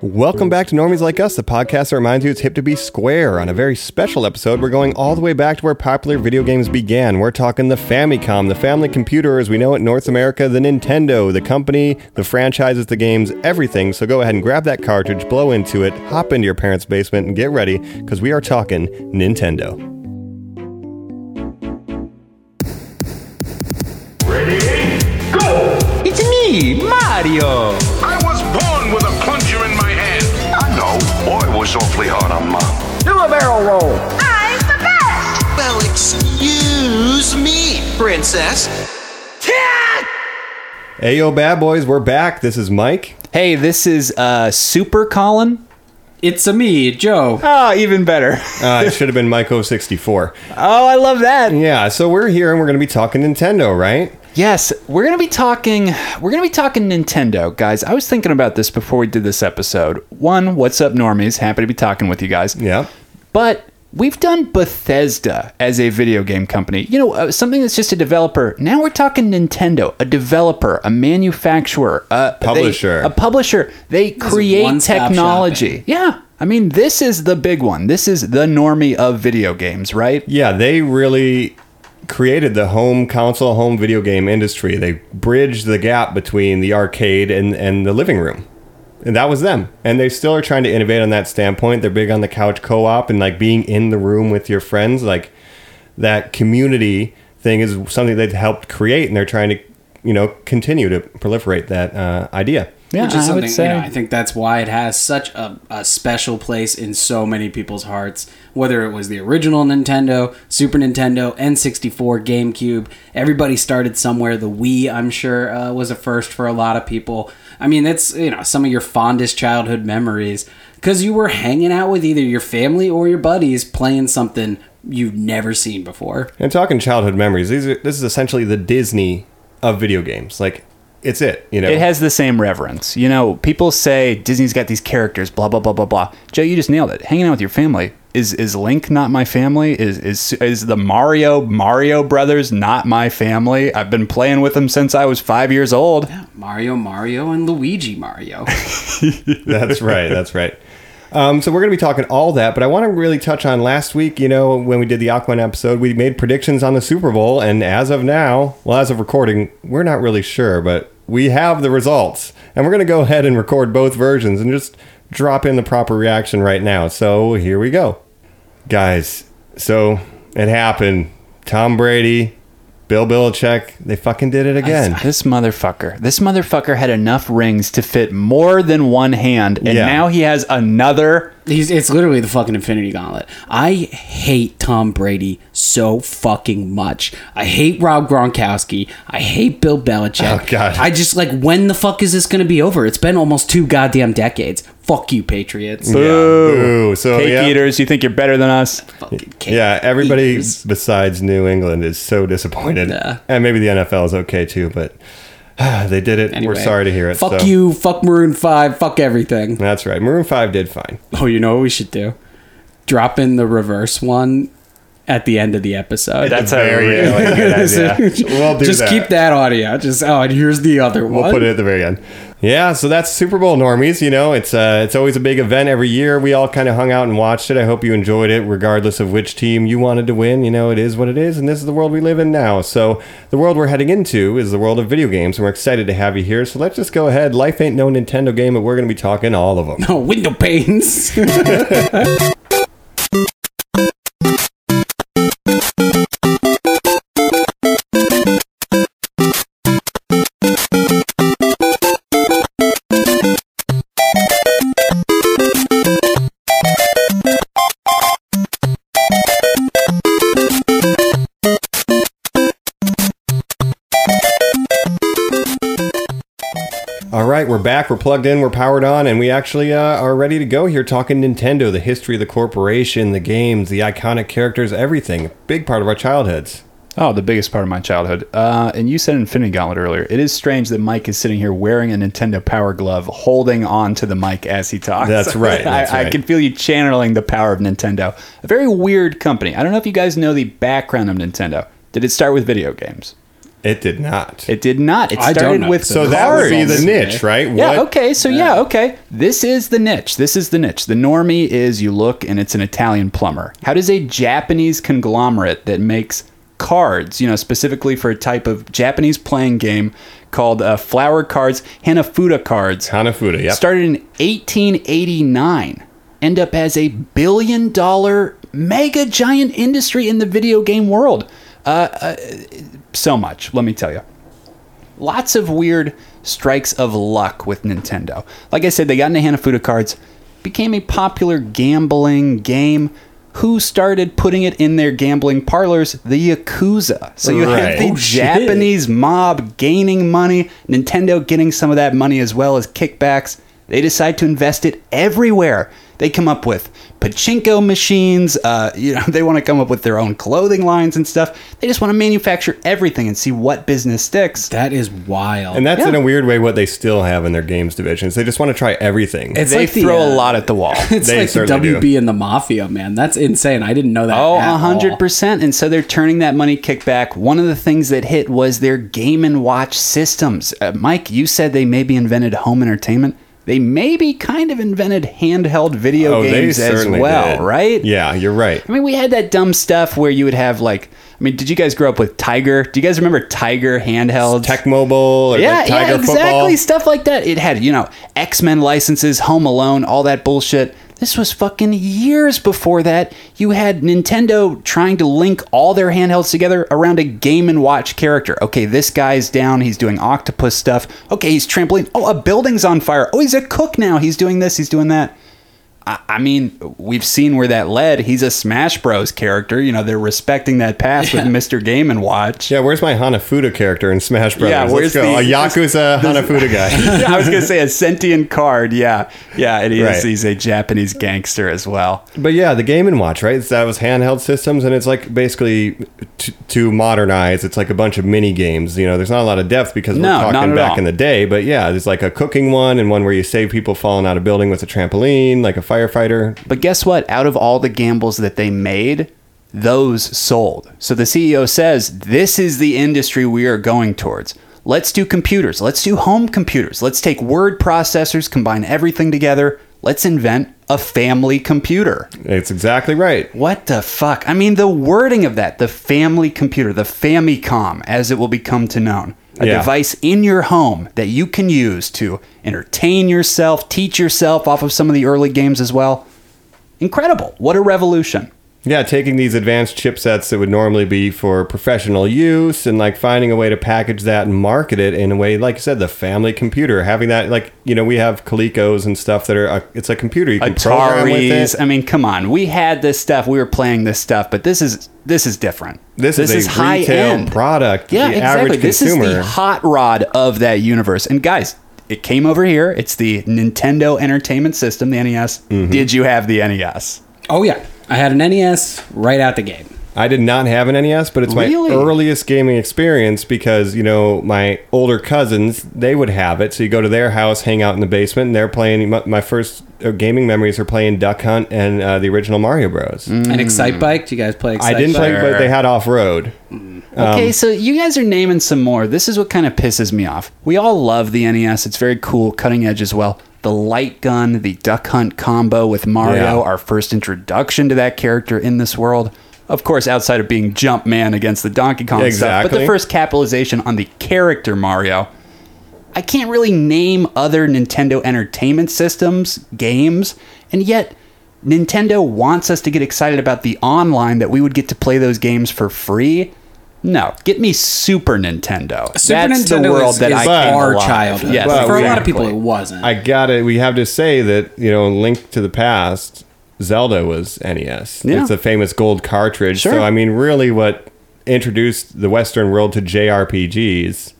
Welcome back to Normies Like Us, the podcast that reminds you it's hip to be square. On a very special episode, we're going all the way back to where popular video games began. We're talking the Famicom, the family computer as we know it in North America, the Nintendo, the company, the franchises, the games, everything. So go ahead and grab that cartridge, blow into it, hop into your parents' basement, and get ready because we are talking Nintendo. It's me, Mario! I was born with a plunger in my hand. I know. Boy was awfully hard on Mom. Do a barrel roll! I'm the best! Well, excuse me, princess. Hey, yo, bad boys, we're back. This is Mike. Hey, this is uh, Super Colin. It's a me, Joe. Ah, even better. Uh, it should have been Mike 064. Oh, I love that. Yeah, so we're here and we're going to be talking Nintendo, right? Yes, we're gonna be talking. We're gonna be talking Nintendo, guys. I was thinking about this before we did this episode. One, what's up, normies? Happy to be talking with you guys. Yeah. But we've done Bethesda as a video game company. You know, uh, something that's just a developer. Now we're talking Nintendo, a developer, a manufacturer, a they- Publisher. a publisher. They create one-stop technology. Yeah. I mean, this is the big one. This is the normie of video games, right? Yeah, they really created the home console, home video game industry. They bridged the gap between the arcade and, and the living room. And that was them. And they still are trying to innovate on that standpoint. They're big on the couch co op and like being in the room with your friends. Like that community thing is something they've helped create and they're trying to, you know, continue to proliferate that uh, idea. Yeah, Which is something, you know, I think that's why it has such a, a special place in so many people's hearts. Whether it was the original Nintendo, Super Nintendo, N64, GameCube, everybody started somewhere. The Wii, I'm sure, uh, was a first for a lot of people. I mean, that's, you know, some of your fondest childhood memories because you were hanging out with either your family or your buddies playing something you've never seen before. And talking childhood memories, these are, this is essentially the Disney of video games. Like, it's it, you know. It has the same reverence. You know, people say Disney's got these characters, blah blah blah blah blah. Joe, you just nailed it. Hanging out with your family is is Link not my family? Is is is the Mario Mario Brothers not my family? I've been playing with them since I was five years old. Mario, Mario, and Luigi Mario. That's right. That's right. Um, so we're going to be talking all that, but I want to really touch on last week. You know, when we did the Aquaman episode, we made predictions on the Super Bowl, and as of now, well, as of recording, we're not really sure, but we have the results, and we're going to go ahead and record both versions and just drop in the proper reaction right now. So here we go, guys. So it happened. Tom Brady, Bill Belichick, they fucking did it again. This motherfucker. This motherfucker had enough rings to fit more than one hand, and Yeah. now he has another. He's, it's literally the fucking Infinity Gauntlet. I hate Tom Brady so fucking much. I hate Rob Gronkowski. I hate Bill Belichick. Oh, God. I just like, when the fuck is this going to be over? It's been almost two goddamn decades. Fuck you, Patriots. Yeah. Boo. Boo. So Cake Oh, yeah. eaters, you think you're better than us? Fucking cake Yeah, everybody eaters. besides New England is so disappointed. Yeah. And maybe the NFL is okay too, but ah, they did it. Anyway, We're sorry to hear it. Fuck so- you. Fuck Maroon 5. Fuck everything. That's right. Maroon 5 did fine. Oh, you know what we should do? Drop in the reverse one at the end of the episode. That's a Very really really good idea. We'll do just that. keep that audio. Just, oh, and here's the other one. We'll put it at the very end. Yeah, so that's Super Bowl normies. You know, it's uh, it's always a big event every year. We all kind of hung out and watched it. I hope you enjoyed it, regardless of which team you wanted to win. You know, it is what it is, and this is the world we live in now. So the world we're heading into is the world of video games, and we're excited to have you here. So let's just go ahead. Life ain't no Nintendo game, but we're going to be talking all of them. Oh, window panes. All right, we're back. We're plugged in. We're powered on, and we actually uh, are ready to go here. Talking Nintendo, the history of the corporation, the games, the iconic characters, everything. Big part of our childhoods. Oh, the biggest part of my childhood. Uh, and you said Infinity Gauntlet earlier. It is strange that Mike is sitting here wearing a Nintendo Power Glove, holding on to the mic as he talks. That's right, that's I, I right. can feel you channeling the power of Nintendo. A very weird company. I don't know if you guys know the background of Nintendo. Did it start with video games? It did not. It did not. It I don't started know. with so that cards. would be the Cards. niche, right? Yeah, okay. So yeah. okay. This is the niche. This is the niche. The normie is you look and it's an Italian plumber. How does a Japanese conglomerate that makes cards, you know, specifically for a type of Japanese playing game called uh, flower cards, Hanafuda cards, Hanafuda, yep. started in 1889, end up as a billion dollar mega giant industry in the video game world. Uh, uh, so much, let me tell you lots of weird strikes of luck with Nintendo. Like I said, they got into Hanafuda cards, became a popular gambling game. Who started putting it in their gambling parlors? The Yakuza. So you Right. have the Oh, Japanese mob gaining money, Nintendo getting some of that money as well as kickbacks. They decide to invest it everywhere. They come up with pachinko machines. Uh, you know, they want to come up with their own clothing lines and stuff. They just want to manufacture everything and see what business sticks. That is wild. And that's Yeah. in a weird way what they still have in their games divisions. They just want to try everything. It's they like the, throw a uh, lot at the wall. it's They like the certainly do. WB and the Mafia, man. That's insane. I didn't know that. Oh, at all. 100%. And so they're turning that money kickback. One of the things that hit was their game and watch systems. Uh, Mike, you said they maybe invented home entertainment. They maybe kind of invented handheld video games as well, Oh, did. right? Yeah, you're right. I mean, we had that dumb stuff where you would have like, I mean, did you guys grow up with Tiger? Do you guys remember Tiger handheld? Tech Mobile or yeah, like Tiger yeah, exactly. Football. Stuff like that. It had, you know, X Men licenses, Home Alone, all that bullshit. This was fucking years before that. You had Nintendo trying to link all their handhelds together around a game and watch character. Okay, this guy's down. He's doing octopus stuff. Okay, he's trampoline. Oh, a building's on fire. Oh, he's a cook now. He's doing this. He's doing that. I, I mean, we've seen where that led. He's a Smash Bros. character. You know, they're respecting that path with Mr. Game and Watch. Yeah, where's my Hanafuda character in Smash Brothers? where's Let's go. the- a Yakuza Hanafuda guy? yeah, I was gonna say a sentient card. Yeah, yeah, and he is, Right. he's a Japanese gangster as well. but yeah, the Game and Watch, right? It's, that was handheld systems, and it's like basically t- to modernize. It's like a bunch of mini games. You know, there's not a lot of depth because No, we're not talking at back all. in the day. But yeah, there's like a cooking one and one where you save people falling out of building with a trampoline, like a firefighter. But guess what? Out of all the gambles that they made, those sold. So the CEO says this is the industry we are going towards. Let's do computers. Let's do home computers. Let's take word processors, combine everything together. Let's invent a family computer. It's exactly right. What the fuck? I mean, the wording of that, the family computer, the Famicom, as it will become to known, a Yeah. device in your home that you can use to entertain yourself, teach yourself off of some of the early games as well. Incredible. What a revolution. Yeah, taking these advanced chipsets that would normally be for professional use and like finding a way to package that and market it in a way, like you said, the family computer. Having that, like, you know, we have Colicos and stuff that are, a, it's a computer. You can program with Ataris. it. I mean, come on. We had this stuff. We were playing this stuff, but this is this is different. This, is, a high retail end product. Yeah, the exactly. average This is consumer. the hot rod of that universe. And guys, it came over here. It's the Nintendo Entertainment System, the NES. Mm-hmm. Did you have the E NES? Oh yeah, I had an NES right out the gate. I did not have an NES, but it's Really? my earliest gaming experience because, you know, my older cousins, they would have it. So you go to their house, hang out in the basement, and they're playing. My, my first uh, gaming memories are playing Duck Hunt and uh, the original Mario Bros. Mm, Hmm. An Excite Bike. Do you guys I play? Excite didn't play, Bike? but they had off road. Okay, Um, so you guys are naming some more. This is what kind of pisses me off. We all love the NES. It's very cool, cutting edge as well. The light gun, the duck hunt combo with Mario, Yeah. our first introduction to that character in this world. Of course, outside of being Jumpman against the Donkey Kong stuff, but the Exactly. first capitalization on the character Mario. I can't really name other Nintendo Entertainment Systems games, and yet Nintendo wants us to get excited about the online that we would get to play those games for free. No, get me Super Nintendo. Super That's Nintendo the world is, that is I came our alive. childhood. Yes, but for a lot of exactly. people, it wasn't. I got to We have to say that you know, Link to the Past, Zelda was NES. Yeah. It's a famous gold cartridge. Sure. So I mean, really, what introduced the Western world to JRPGs? is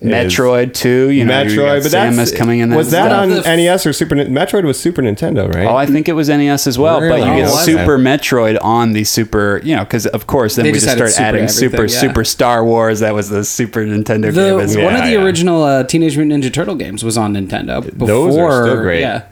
Metroid too. You know, you got Metroid, but that's Samus coming in. Was that stuff. on The f- NES or Super? Nin- Metroid was Super Nintendo, right? Oh, I think it was NES as well, but you Really? get Oh, okay. Super Metroid on the Super, you know, because of course then They we just just added start Super adding Super, everything, yeah. Super Star Wars. That was the Super Nintendo the game as well. one of the yeah. original uh, Teenage Mutant Ninja Turtle games was on Nintendo before. Those are still great. Yeah,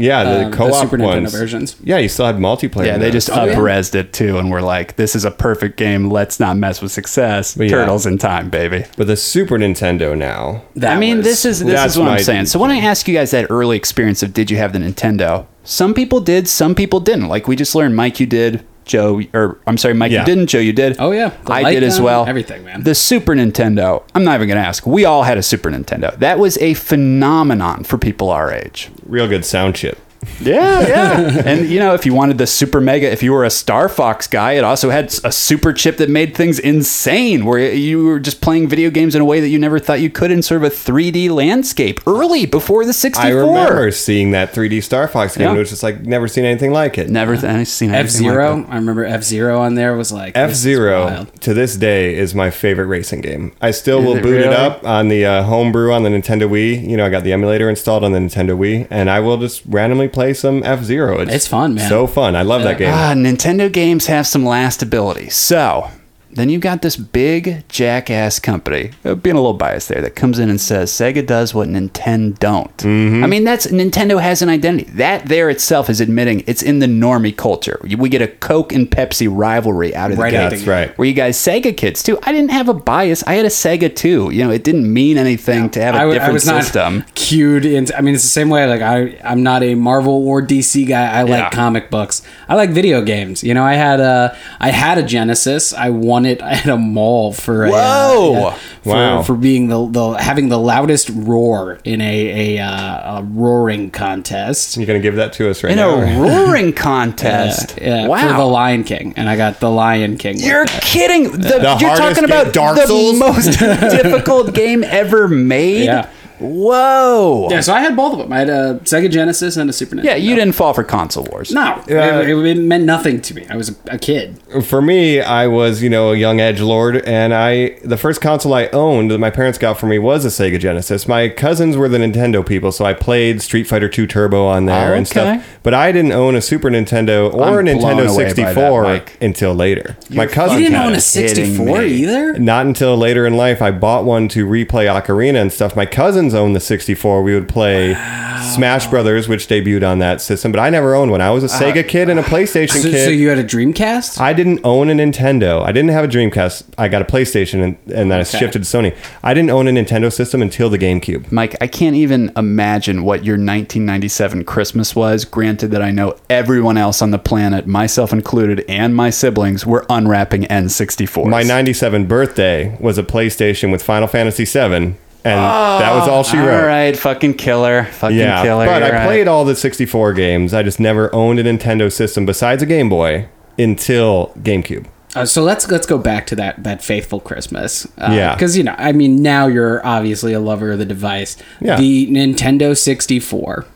Yeah, the Um, uh, co-op Super ones. Nintendo versions. Yeah, you still had multiplayer. Yeah, in they those. just up resed it too, and we're like, this is a perfect game. Let's not mess with success. yeah. Turtles in time, baby. But the Super Nintendo now. That I mean, was- this is this That's is what I'm my- saying. So when I ask you guys that early experience of did you have the Nintendo? Some people did, some people didn't. Like we just learned, Mike, you did. Joe, or I'm sorry, Mike, Yeah. you didn't. Joe, you did. Oh, yeah. The I did as Lycon, well. everything, man. The Super Nintendo. I'm not even gonna ask. We all had a Super Nintendo. That was a phenomenon for people our age. Real good sound chip. Yeah, yeah. and you know, if you wanted the super mega, if you were a Star Fox guy, it also had a super chip that made things insane, where you were just playing video games in a way that you never thought you could in sort of a 3D landscape early before the 64. I remember seeing that 3D Star Fox game. Yeah. It was just like never seen anything like it. Never th- I've seen F anything like Zero. that. I remember F Zero on there was like F this is Zero wild. to this day is my favorite racing game. I still will it boot it really? up on the uh, homebrew on the Nintendo Wii. You know, I got the emulator installed on the Nintendo Wii, and I will just randomly play some F Zero. It's fun, man. So fun. I love that game. Ah, Nintendo games have some lastability. So then you've got this big jackass company, uh, being a little biased there, that comes in and says Sega does what Nintendo don't. Mm-hmm. I mean, that's Nintendo has an identity. That there itself is admitting it's in the normie culture. We get a Coke and Pepsi rivalry out of Right the out gate. the That's right. Were you guys Sega kids too? I didn't have a bias. I had a Sega too. You know, it didn't mean anything to have a I w- I different was not system. cued into. I mean, it's the same way. Like I, I'm not a Marvel or DC guy. I like Yeah. comic books. I like video games. You know, I had a, I had a Genesis. I won it at a mall for a, uh, Whoa! for, Wow. for being the, the having the loudest roar in a a, uh, a roaring contest. Uh, You're gonna give that to us right In now. a roaring contest. Yeah, wow. for the Lion King, and I got the Lion King. with You're it. kidding. The, you're hardest talking game, about Dark the Souls? most difficult game ever made. Yeah. Whoa. yeah. So I had both of them. I had a Sega Genesis and a Super Nintendo. Yeah, you didn't fall for console wars. No, it, it meant nothing to me. I was a, a kid. for me, I was you know a young edge lord, and I the first console I owned that my parents got for me was a Sega Genesis. My cousins were the Nintendo people, so I played Street Fighter Two Turbo on there and Okay. stuff. But I didn't own a Super Nintendo or I'm a Nintendo blown away by that, sixty four Mike. until later. my cousins Oh, You didn't had own a it. kidding 64 me. either? Not until later in life, I bought one to replay Ocarina and stuff. My cousins owned the 64. We would play Smash Brothers, which debuted on that system, but I never owned one. I was a Uh, Sega kid and a PlayStation So, kid. so you had a Dreamcast? I didn't own a Nintendo. I didn't have a Dreamcast. I got a PlayStation and, and then I shifted to Sony. I didn't own a Nintendo system until the GameCube. Mike, I can't even imagine what your 1997 Christmas was. Granted that I know everyone else on the planet, myself included, and my siblings, were unwrapping N64s. My 97 birthday was a PlayStation with Final Fantasy VII, and that was all she Oh, All wrote. right, fucking killer, fucking Yeah, killer. but I you're right. played all the 64 games. I just never owned a Nintendo system besides a Game Boy until GameCube. Uh, so let's let's go back to that that faithful Christmas. Uh, Yeah. Because you know, I mean, now you're obviously a lover of the device. Yeah. The Nintendo 64.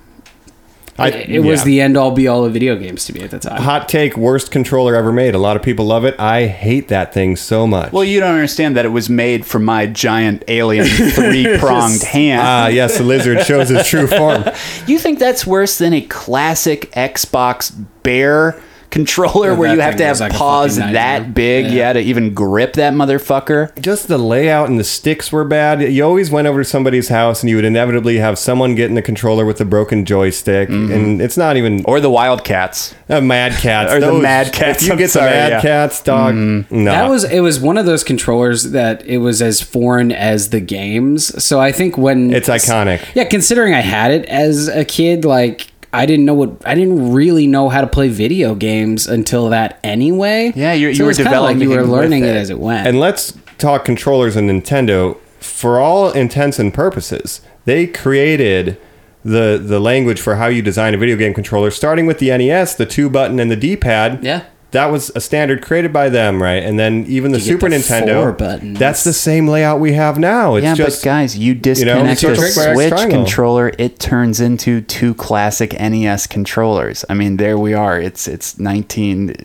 I, it it was yeah. the end all be all of video games to me at the time. hot take worst controller ever made. A lot of people love it. I hate that thing so much. Well, you don't understand that it was made from my giant alien three pronged hand. ah, yes, the lizard shows his true form. You think that's worse than a classic Xbox bear controller Yeah, where that you have thing to have was like a paws fucking nightmare. that big, yeah. to even grip that motherfucker? just the layout and the sticks were bad. You always went over to somebody's house and you would inevitably have someone getting the controller with the broken joystick, Mm-hmm. and it's not even Or the Wildcats. uh, Mad Cats Or the Mad Cats, If you I'm get sorry, the Mad yeah. Mm-hmm. Cats, dog, no, That was it was one of those controllers that it was as foreign as the games. So I think when It's iconic. Yeah, considering I had it as a kid, like I didn't know what I didn't really know how to play video games until that anyway. Yeah, you- So you it were was kinda developing you were with learning it. it. as it went. And let's talk controllers and Nintendo. For all intents and purposes, they created the the language for how you design a video game controller, starting with the NES, the two button and the D pad. Yeah. That was a standard created by them, right? And then even the You get Super the four Nintendo, buttons. that's the same layout we have now. It's yeah, just but guys, you disconnect it's a the trick where it's Switch triangle. controller, it turns into two classic NES controllers. I mean, there we are. It's it's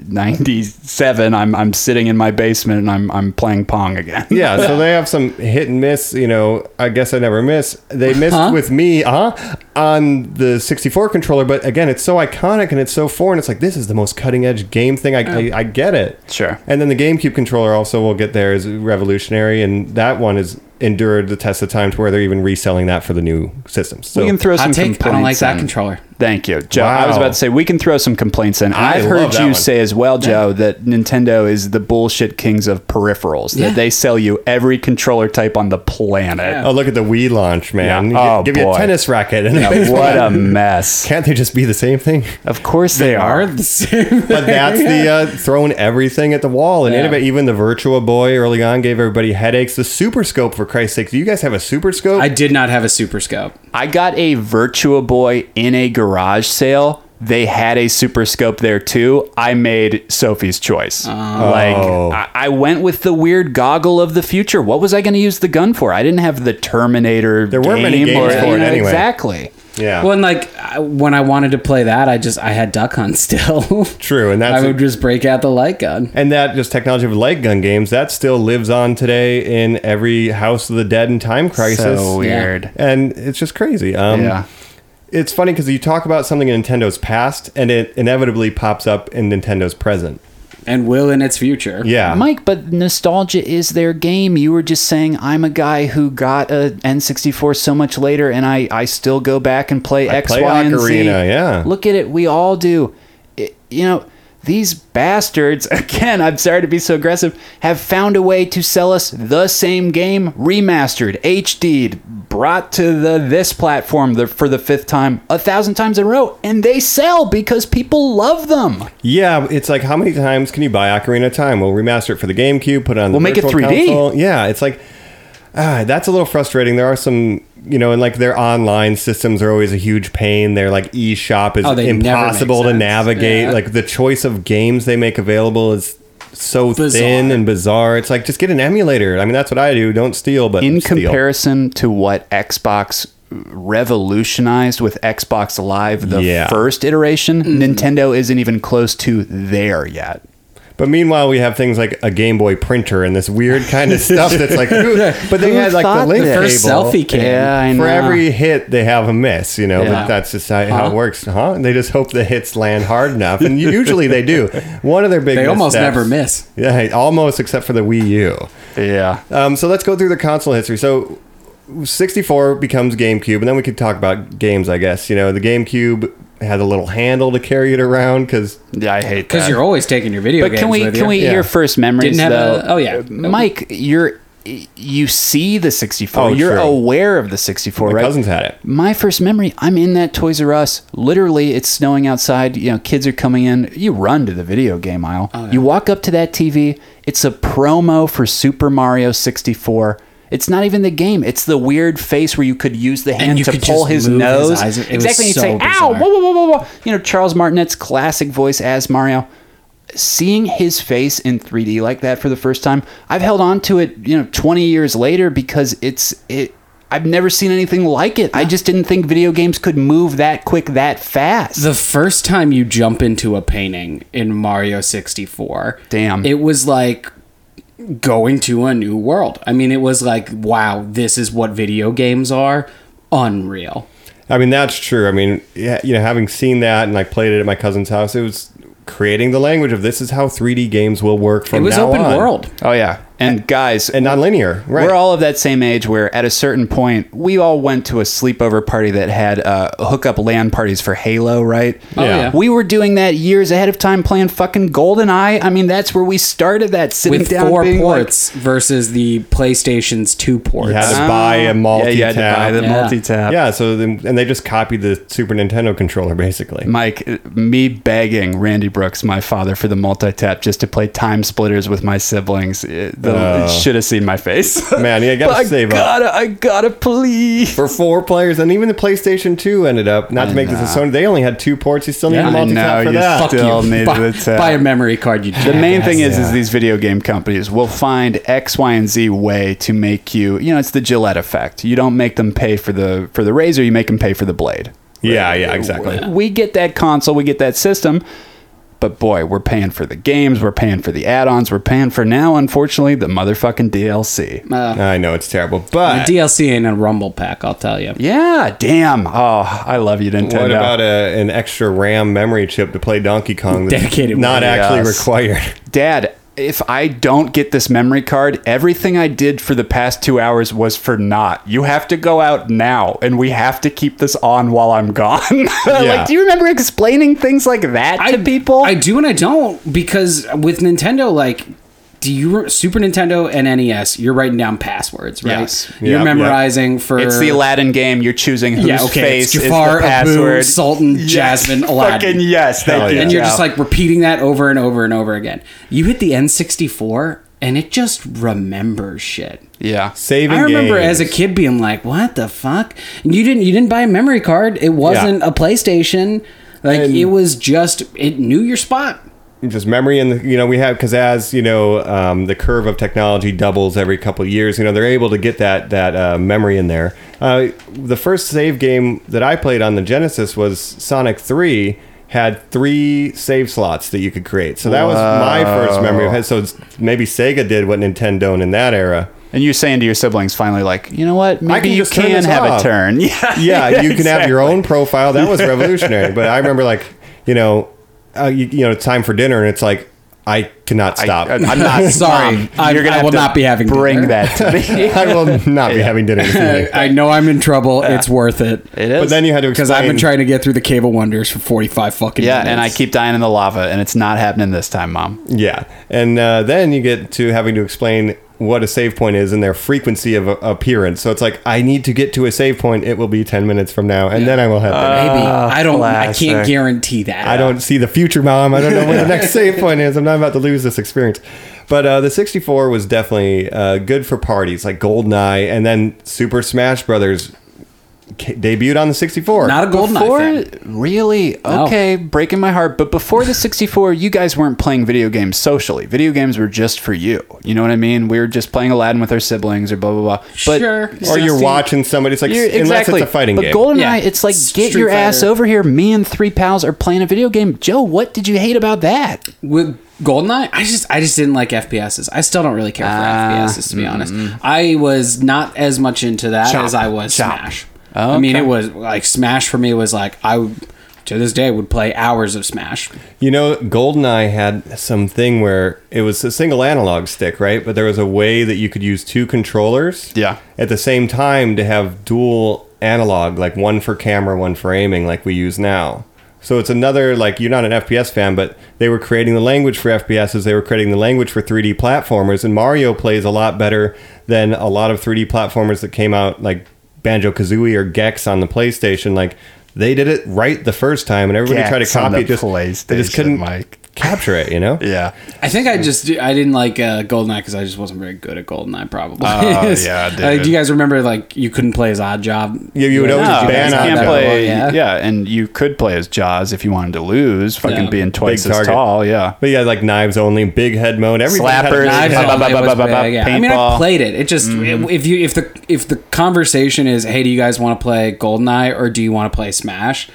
1997. I'm I'm sitting in my basement and I'm I'm playing Pong again. yeah, so they have some hit and miss. You know, I guess I never miss. They missed with me, huh? On the 64 controller, but again, it's so iconic and it's so foreign. It's like this is the most cutting edge game thing. I, I, I get it. Sure. And then the GameCube controller also will get there is revolutionary, and that one is endured the test of time to where they're even reselling that for the new systems. So we can throw some Hot take, complaints I don't like that in. controller. Thank you, Joe. I was Wow. about to say we can throw some complaints in. I I've love heard that you one. say as well, Joe, that Nintendo is the bullshit kings of peripherals. Yeah. That they sell you every controller type on the planet. oh, look at the Wii launch, man! Yeah. You Oh, give you a boy. tennis racket and a Yeah, baseball what a bat. mess. Can't they just be the same thing? Of course they, Are are. the same. But that's the uh, throwing everything at the wall and Yeah. innovate. Even the Virtua Boy early on gave everybody headaches. The Super Scope, for Christ's sake, do you guys have a Super Scope? I did not have a super scope. I got a Virtua Boy in a garage sale. They had a super scope there too. I made Sophie's choice. Oh. Like I, I went with the weird goggle of the future. What was I going to use the gun for? I didn't have the Terminator. There weren't many game games or- for you it know, anyway. Exactly. yeah, Well, and like I- when I wanted to play that, I just I had Duck Hunt still. true. And that's I would just break out the light gun. and that just technology of light gun games that still lives on today in every House of the Dead and Time Crisis. So weird. and it's just crazy. Um, yeah. it's funny because you talk about something in Nintendo's past, and it inevitably pops up in Nintendo's present. And will in its future. Yeah, Mike, but nostalgia is their game. You were just saying I'm a guy who got a N64 so much later, and I I still go back and play I X, play Y, and Z. Ocarina, yeah. Look at it. We all do. It- you know. These bastards, again, I'm sorry to be so aggressive, have found a way to sell us the same game remastered, HD'd, brought to the this platform the, for the fifth time, a thousand times in a row, and they sell because people love them. yeah. It's like how many times can you buy Ocarina of Time? We'll remaster it for the GameCube, put it on. We'll the make it virtual 3D. console. Yeah, it's like ah, that's a little frustrating. There are some, you know, and like their online systems are always a huge pain. Their like eShop is Oh, they never make impossible to sense. navigate. Yeah. Like the choice of games they make available is. So Bizarre. thin and bizarre. It's like just get an emulator. I mean, that's what I do. Don't steal, but in steal. comparison to what Xbox revolutionized with Xbox Live, the Yeah. first iteration, Mm-hmm. Nintendo isn't even close to there yet. But meanwhile, we have things like a Game Boy printer and this weird kind of stuff that's like. Who, but they Who had like the thought link this? First cable. selfie cam. Yeah, I know. For every hit, they have a miss, you know. Yeah. But that's just how, how it works, huh? And they just hope the hits land hard enough, and usually they do. One of their big They almost missteps- never miss. Yeah, almost except for the Wii U. Yeah. Um, so let's go through the console history. So 64 becomes GameCube, and then we could talk about games, I guess. You know, the GameCube had a little handle to carry it around because Yeah, I hate Because that. you're always taking your video but games can we with can you. we Yeah. hear first memories Didn't have though? a- oh, yeah. Mike, you're you see the 64. Oh, you're sure. aware of the 64, my right? cousins had it. my first memory, I'm in that Toys R Us. Literally, it's snowing outside. You know, kids are coming in. You run to the video game aisle. Oh, You walk up to that TV. It's a promo for Super Mario 64. It's not even the game. It's the weird face where you could use the hand you to could pull just his move his nose. eyes. It was exactly. and you'd so say, "Ow!" bizarre. Whoa, whoa, whoa, whoa, whoa!" You know, Charles Martinet's classic voice as Mario. Seeing his face in 3D like that for the first time, I've held on to it. You know, 20 years later because it's it. I've never seen anything like it. I just didn't think video games could move that quick, that fast. The first time you jump into a painting in Mario 64, Damn. it was like going to a new world. I mean, it was like, wow, this is what video games are. Unreal. I mean, that's true. I mean, yeah, you know, having seen that and like played it at my cousin's house, it was creating the language of this is how 3D games will work from It was now open on. world. oh yeah, and guys, and nonlinear. Right. We're all of that same age where at a certain point we all went to a sleepover party that had uh, hookup LAN parties for Halo, right? Oh, Yeah. yeah. We were doing that years ahead of time playing fucking GoldenEye. I mean, that's where we started that sitting With down four being like- ports versus the PlayStation's two ports. you had to Ah, buy a multi Yeah, you had to buy the tab. Yeah. multi-tab. Yeah, so then, and they just copied the Super Nintendo controller basically. Mike, me begging Randy Brooks, my father, for the multi tap just to play time splitters with my siblings. It, the- it should have seen my face. Oh. Man, yeah, I But gotta save I up. gotta, I gotta, please. For four players, and even the PlayStation 2 ended up, not to make this a Sony, they only had two ports. You still need Yeah. a I multi know, tab for you that. suck. Still needed buy, the tab. buy a memory card. You uh, The main thing is, yeah. is these video game companies will find X, Y, and Z way to make you. You know, it's the Gillette effect. You don't make them pay for the for the razor. You make them pay for the blade. Yeah, yeah, exactly. We get that console. We get that system. But boy, we're paying for the games. We're paying for the add-ons. We're paying for now, unfortunately, the motherfucking DLC. I know it's terrible, but The DLC ain't a rumble pack, I'll tell you. Yeah, damn. Oh, I love you, Nintendo. what about a, an extra RAM memory chip to play Donkey Kong? that's Dedicated not one, actually yes. required. Dad? if I don't get this memory card, everything I did for the past two hours was for naught. You have to go out now, and we have to keep this on while I'm gone. Yeah. like, do you remember explaining things like that to people? I do and I don't because with Nintendo, like, do you re- Super Nintendo and NES? You're writing down passwords, right? Yes. You're Yeah, memorizing for it's the Aladdin game. You're choosing whose yeah, okay, face it's is the Jafar, Abu, password. Sultan, Jasmine, Aladdin. Fucking yes, thank Hell you. yeah. and you're Joe. just like repeating that over and over and over again. You hit the N64 and it just remembers shit. yeah. Saving I remember games. as a kid being like, "What the fuck? And you didn't you didn't buy a memory card. It wasn't a PlayStation. Like And- it was just it knew your spot." just memory and you know we have because as you know um, the curve of technology doubles every couple of years you know they're able to get that that uh, memory in there uh, the first save game that i played on the genesis was sonic 3 had three save slots that you could create so that was my first memory of it so it's, maybe sega did what nintendo in that era And you're saying to your siblings finally, like, you know what? Maybe can you just turn can this have off. a turn. Yeah. yeah, you can have your own profile. That was revolutionary. But I remember, like, you know, uh, you, you know, it's time for dinner, and it's like, I cannot stop. I, I, am not Sorry. Mom, I'm- you're gonna I have will to not be having bring dinner. that to me. will not be having dinner this evening. I know I'm in trouble. It's worth it. It is. But then you had to Because I've been explain- trying to get through the Cable Wonders for 45 fucking yeah, minutes. and I keep dying in the lava, and it's not happening this time, Mom. Yeah, and uh, then you get to having to explain what a save point is and their frequency of uh, appearance. So it's like, I need to get to a save point. It will be ten minutes from now, and then I will have dinner. Maybe. I don't. I classic. can't guarantee that. I don't see the future, mom. I don't know where the next save point is. I'm not about to lose this experience. But uh, the 64 was definitely uh, good for parties, like GoldenEye, and then Super Smash Brothers ca- debuted on the 64. Not a golden Before, really? Okay, breaking my heart. But before the 64, you guys weren't playing video games socially. Video games were just for you. You know what I mean? We were just playing Aladdin with our siblings or blah, blah, blah. But Sure. or you're 60 watching somebody. It's like You're- unless it's a fighting but game. GoldenEye, Yeah. it's like get Street your ass Fighter. over here. Me and three pals are playing a video game. Joe, what did you hate about that? with Goldeneye, I just I just didn't like FPSs. I still don't really care for Ah, FPSs to mm-hmm. be honest. I was not as much into that Chop, as I was chop. Smash. Oh, I mean, okay. it was like Smash for me was like I would- to this day would play hours of Smash. You know, GoldenEye had some thing where it was a single analog stick, right? But there was a way that you could use two controllers, Yeah. at the same time to have dual analog, like one for camera, one for aiming, like we use now. So it's another like you're not an FPS fan, but they were creating the language for FPSs. They were creating the language for 3D platformers, and Mario plays a lot better than a lot of 3D platformers that came out like Banjo Kazooie or Gex on the PlayStation. Like they did it right the first time, and everybody Gex tried to on copy the it. Just they PlayStation, just couldn't Mike. capture it. You know? Yeah. I think I just I didn't like uh, Goldeneye because I just wasn't very good at Goldeneye. Probably. Oh, yeah, dude. Like, do you guys remember like you couldn't play as Odd Job? Yeah, you would always Oh, No, Just you ban out can't that play. Yeah. and you could play as Jaws if you wanted to lose, fucking Yeah. being twice as target. tall. Yeah. But yeah, like knives only, big head mode, everything. had a- Slappers. Knives Ba- ba- Only ba- was ba- ba- big, yeah. I mean, paintball. Mm-hmm. I played it. It just if you if the if the conversation is, hey, do you guys want to play Goldeneye or do you want to play Smash?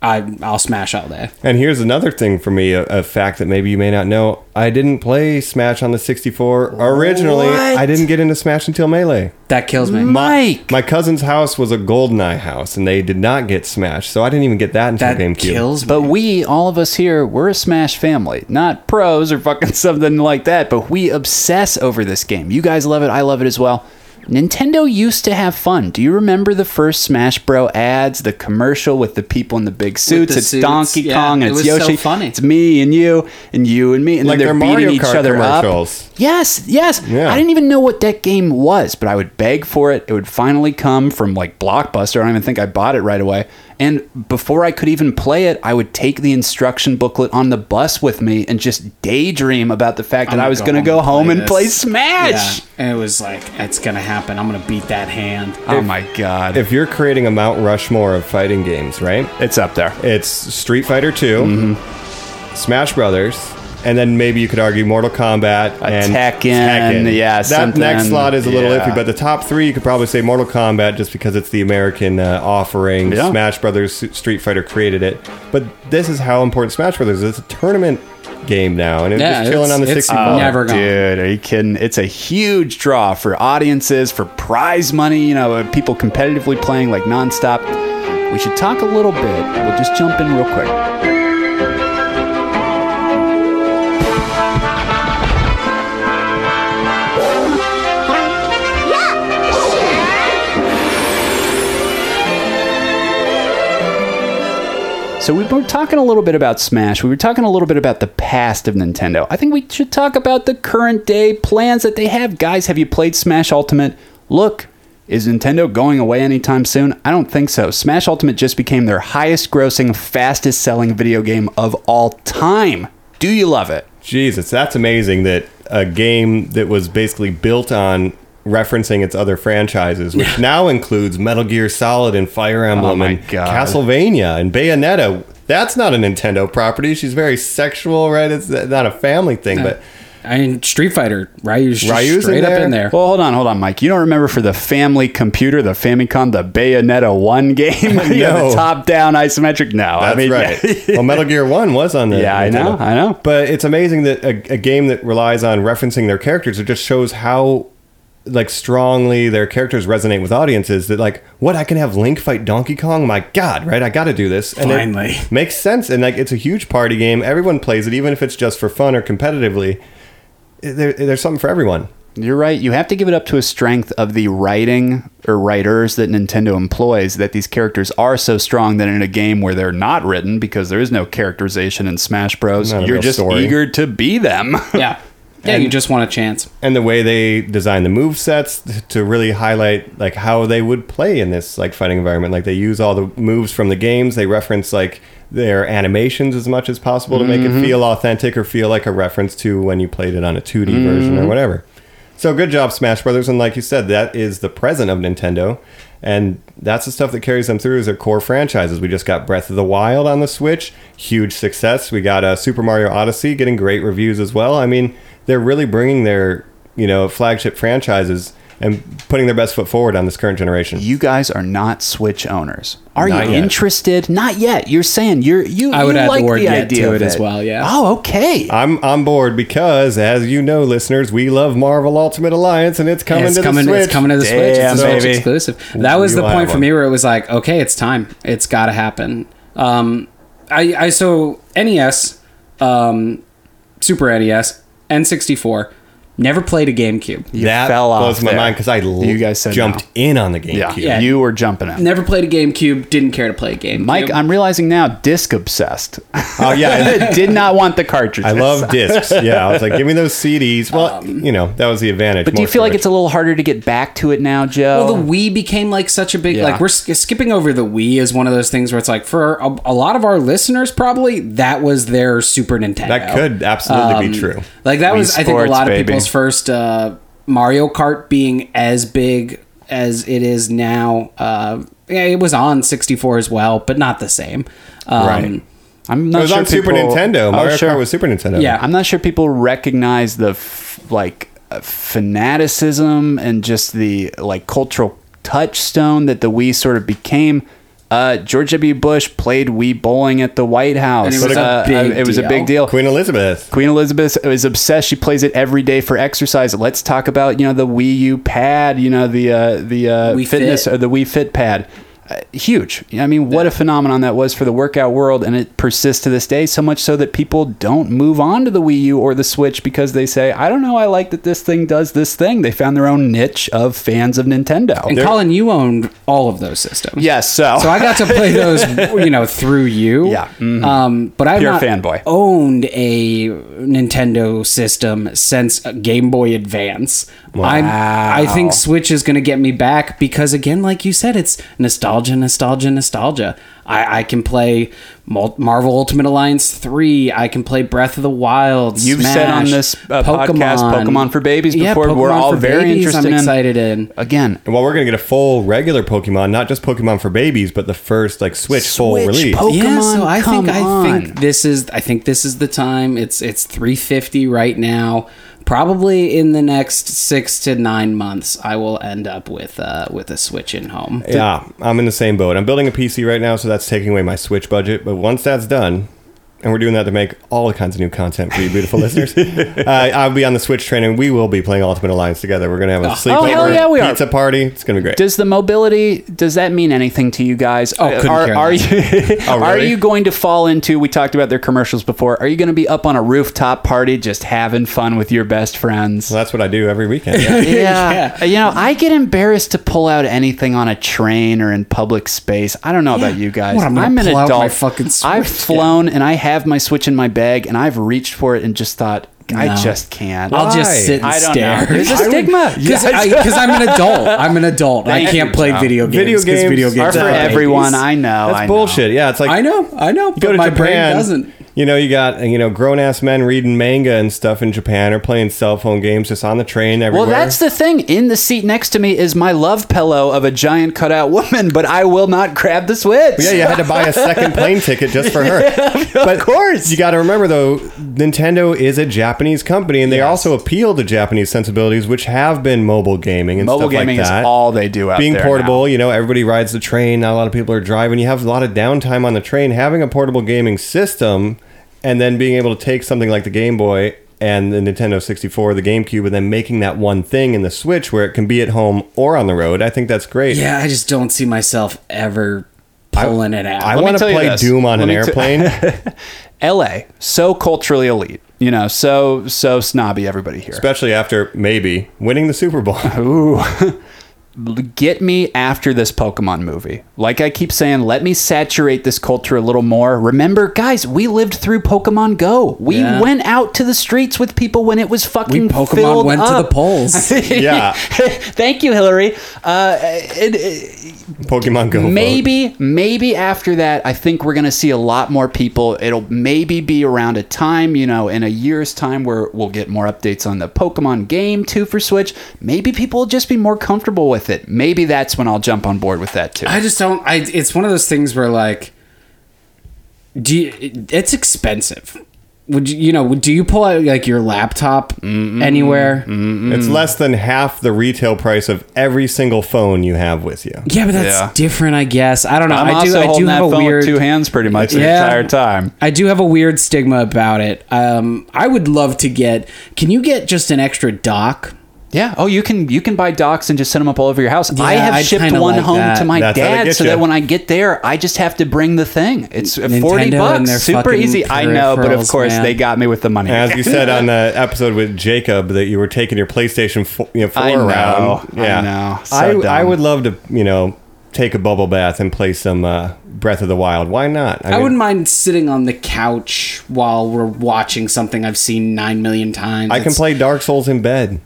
I I'll Smash all day. And here's another thing for me, a, a fact that maybe you may not know. I didn't play Smash on the 64 originally. I didn't get into Smash until Melee. That kills me. Mike. My cousin's house was a GoldenEye house, and they did not get Smash, so I didn't even get that until that GameCube. kills me. But we, all of us here, we're a Smash family. Not pros or fucking something like that, but we obsess over this game. You guys love it. I love it as well. Nintendo used to have fun. Do you remember the first Smash Bro ads, the commercial with the people in the big suits? the it's suits, Donkey yeah. Kong and It it's was so Yoshi. funny. It's me and you and you and me, and Like then they're their beating Mario each Kart other commercials. up. Yes, yes. Yeah. I didn't even know what that game was, but I would beg for it. It would finally come from like Blockbuster. I don't even think I bought it right away. And before I could even play it, I would take the instruction booklet on the bus with me and just daydream about the fact that I was going to go home and this. play Smash. Yeah. And it was like, it's gonna happen. I'm gonna beat that hand. Um, Oh my god. If you're creating a Mount Rushmore of fighting games, right? it's up there. It's Street Fighter 2, Mm-hmm. Smash Brothers, and then maybe you could argue Mortal Kombat and Tekken, yeah, that something, next slot is a little yeah. iffy, but the top three you could probably say Mortal Kombat just because it's the American uh, offering. Yeah. Smash Brothers, S- Street Fighter created it, but this is how important Smash Brothers is. It's a tournament game now, and it's Yeah, just chilling it's- on the it's 64. Oh, never gone. Dude, are you kidding? It's a huge draw for audiences, for prize money, you know, people competitively playing like nonstop. We should talk a little bit. We'll just jump in real quick. So we were talking a little bit about Smash. We were talking a little bit about the past of Nintendo. I think we should talk about the current day plans that they have. Guys, have you played Smash Ultimate? Look, is Nintendo going away anytime soon? I don't think so. Smash Ultimate just became their highest grossing, fastest selling video game of all time. Do you love it? Jesus, that's amazing that a game that was basically built on referencing its other franchises, which now includes Metal Gear Solid and Fire Emblem Oh my and God. Castlevania and Bayonetta. That's not a Nintendo property. She's very sexual, right? It's not a family thing, but I mean, Street Fighter, Ryu's, just Ryu's in straight up there? in there. Well, hold on, hold on, Mike. You don't remember for the family computer, the Famicom, the Bayonetta 1 game? No. the top down isometric? No. that's I mean, right. well, Metal Gear 1 was on the Yeah, I know, Nintendo. I know. But it's amazing that a, a game that relies on referencing their characters, it just shows how like strongly their characters resonate with audiences that like what I can have Link fight Donkey Kong my god right I got to do this and it Finally. makes sense and like it's a huge party game everyone plays it even if it's just for fun or competitively there, there's something for everyone You're right. You have to give it up to a strength of the writing or writers that Nintendo employs that these characters are so strong that in a game where they're not written because there is no characterization in Smash Bros, Not a you're real just story. eager to be them. yeah. Yeah, you just want a chance. and the way they design the move sets to really highlight like how they would play in this like fighting environment like they use all the moves from the games they reference like their animations as much as possible to make it feel authentic or feel like a reference to when you played it on a 2d version or whatever so good job smash brothers and like you said that is the present of nintendo and that's the stuff that carries them through is their core franchises we just got breath of the wild on the switch huge success we got uh, super mario odyssey getting great reviews as well i mean they're really bringing their you know flagship franchises and putting their best foot forward on this current generation. you guys are not Switch owners. Are Not you yet. interested? Not yet. You're saying you're you. I would you add the like word the yet idea of to it as well, yeah. Oh, okay. I'm on board because, as you know, listeners, we love Marvel Ultimate Alliance, and it's coming it's to coming. the Switch. It's coming to the Damn, Switch. It's a Switch baby. exclusive. That was the You'll have point for one. me where it was like, okay, it's time. It's got to happen. Um, I, I so NES, um, Super E NES, N64. Never played a GameCube. that fell off blows my there. mind because I You guys said jumped in on the GameCube. yeah. Yeah. you were jumping out. Never played a GameCube. Didn't care to play a GameCube. Mike, I'm realizing now, disc obsessed. Oh yeah, I did not want the cartridge. I love discs. Yeah, I was like, give me those CDs. Well, you know, that was the advantage. Um, But do you feel like it's a little harder to get back to it now, Joe? Well, the Wii became like such a big Oh. Yeah. like we're sk- skipping over the Wii is one of those things where it's like for a, a lot of our listeners probably that was their Super Nintendo. that could absolutely Um, be true. Um, Like that was, I think, a Sports, lot of baby. people's first uh, Mario Kart being as big as it is now. Uh, yeah, it was on 64 as well, but not the same. Um, Right. I'm It not was sure on Super people- Nintendo. Oh, Mario sure. Kart was Super Nintendo. Yeah. I'm not sure people recognize the f- like uh, fanaticism and just the like cultural touchstone that the Wii sort of became. Uh, George W. Bush played Wii bowling at the White House. And it was a Uh, big it was a big deal. Queen Elizabeth. Queen Elizabeth is obsessed. She plays it every day for exercise. Let's talk about you know the Wii U pad, you know the uh, the uh, Wii fitness Fit. or the Wii Fit pad. Uh, huge. I mean, what a phenomenon that was for the workout world, and it persists to this day. So much so that people don't move on to the Wii U or the Switch because they say, "I don't know. I like that this thing does this thing." They found their own niche of fans of Nintendo. And Colin, you owned all of those systems. yes, so, So I got to play those, you know, through you. Yeah. Mhm. Um, but I've Pure not fanboy. owned a Nintendo system since a Game Boy Advance. I'm, I think Switch is going to get me back because, again, like you said, it's nostalgia, nostalgia, nostalgia. I, I can play Mul- Marvel Ultimate Alliance 3. I can play Breath of the Wild. You've said on Smash, this, uh, podcast, Pokemon for Babies before, we're all for very interested I'm in- excited in. again, And while we're gonna get a full regular Pokemon, not just Pokemon for babies, but the first like Switch, full Switch release. Pokemon. yeah, so I Oh, come think I on. think this is I think this is the time. It's it's 350 right now. Probably in the next six to nine months, I will end up with uh, with a Switch in home. Yeah, I'm in the same boat. I'm building a PC right now, so that's taking away my Switch budget. But once that's done, and we're doing that to make all kinds of new content for you, beautiful listeners. Uh, I'll be on the Switch train, and we will be playing Ultimate Alliance together. We're gonna Oh, have a sleepover, hell yeah, we are. pizza party. It's gonna be great. Does the mobility does that mean anything to you guys? Oh, couldn't are, care are less. you Oh, are really? you going to fall into? We talked about their commercials before. Are you going to be up on a rooftop party just having fun with your best friends? Well, that's what I do every weekend. yeah. yeah. Uh, Yeah. You know, I get embarrassed to pull out anything on a train or in public space. I don't know about you guys. What, I'm gonna an pull out adult. my fucking Switch? I've flown and I have my Switch in my bag and I've reached for it and just thought, I No. just can't. I'll Why? just sit and I don't stare. know. There's a stigma. Because I'm an adult. I'm an adult. I Thank can't you, play Joe. video games. Video 'cause games video are games for are babies. everyone. I know. That's I know. bullshit. Yeah, it's like I know. I know. You go but to my Japan, brain doesn't. You know, you got you know grown ass men reading manga and stuff in Japan or playing cell phone games just on the train everywhere. Well, that's the thing. In the seat next to me is my love pillow of a giant cutout woman, but I will not grab the Switch. Yeah, you had to buy a second plane ticket just for her. but of course. you got to remember though, Nintendo is a Japanese company, and they also appeal to Japanese sensibilities, which have been mobile gaming and Mobile stuff like gaming is that. all they do out Being there portable, you know, everybody rides the train. Not a lot of people are driving. You have a lot of downtime on the train. Having a portable gaming system, and then being able to take something like the Game Boy and the Nintendo 64, the GameCube, and then making that one thing in the Switch where it can be at home or on the road. I think that's great. Yeah, I just don't see myself ever pulling it out. I me want to tell you play this. Doom on Let an me t- airplane. now. LA, so culturally elite. You know, so so snobby everybody here. especially after maybe winning the Super Bowl. Oh. Get me after this Pokemon movie. Like I keep saying, let me saturate this culture a little more. Remember, guys, we lived through Pokemon Go. We Yeah. went out to the streets with people when it was we fucking Pokemon filled went to up. the polls. Yeah. Thank you, Hillary. Uh, it- it- Pokemon Go. vote. maybe, maybe after that, I think we're going to see a lot more people. It'll maybe be around a time, you know, in a year's time where we'll get more updates on the Pokemon game too for Switch. Maybe people will just be more comfortable with it. Maybe that's when I'll jump on board with that too. I just don't. I, it's one of those things where like, do you, it's expensive. Would you, you know? Do you pull out like your laptop anywhere? It's Mm. less than half the retail price of every single phone you have with you. Yeah, but that's Yeah. different, I guess. I don't know. I'm i do. also I do holding that have a phone weird. with two hands pretty much the Yeah. entire time. I do have a weird stigma about it. Um, I would love to get. Can you get just an extra dock? Yeah. Oh, you can you can buy docs and just set them up all over your house. I have I'd shipped kinda one like home that. to my That's how they dad, get so ya. that when I get there, I just have to bring the thing. It's uh, Nintendo forty and their bucks, super fucking easy. I know, but of peripherals, course man. they got me with the money. As you said on the episode with Jacob, that you were taking your PlayStation four, you know, 4 I know. around. I know. So I, dumb. I would love to, you know, take a bubble bath and play some uh, Breath of the Wild. Why not? I mean, wouldn't mind sitting on the couch while we're watching something I've seen nine million times. I can It's- play Dark Souls in bed.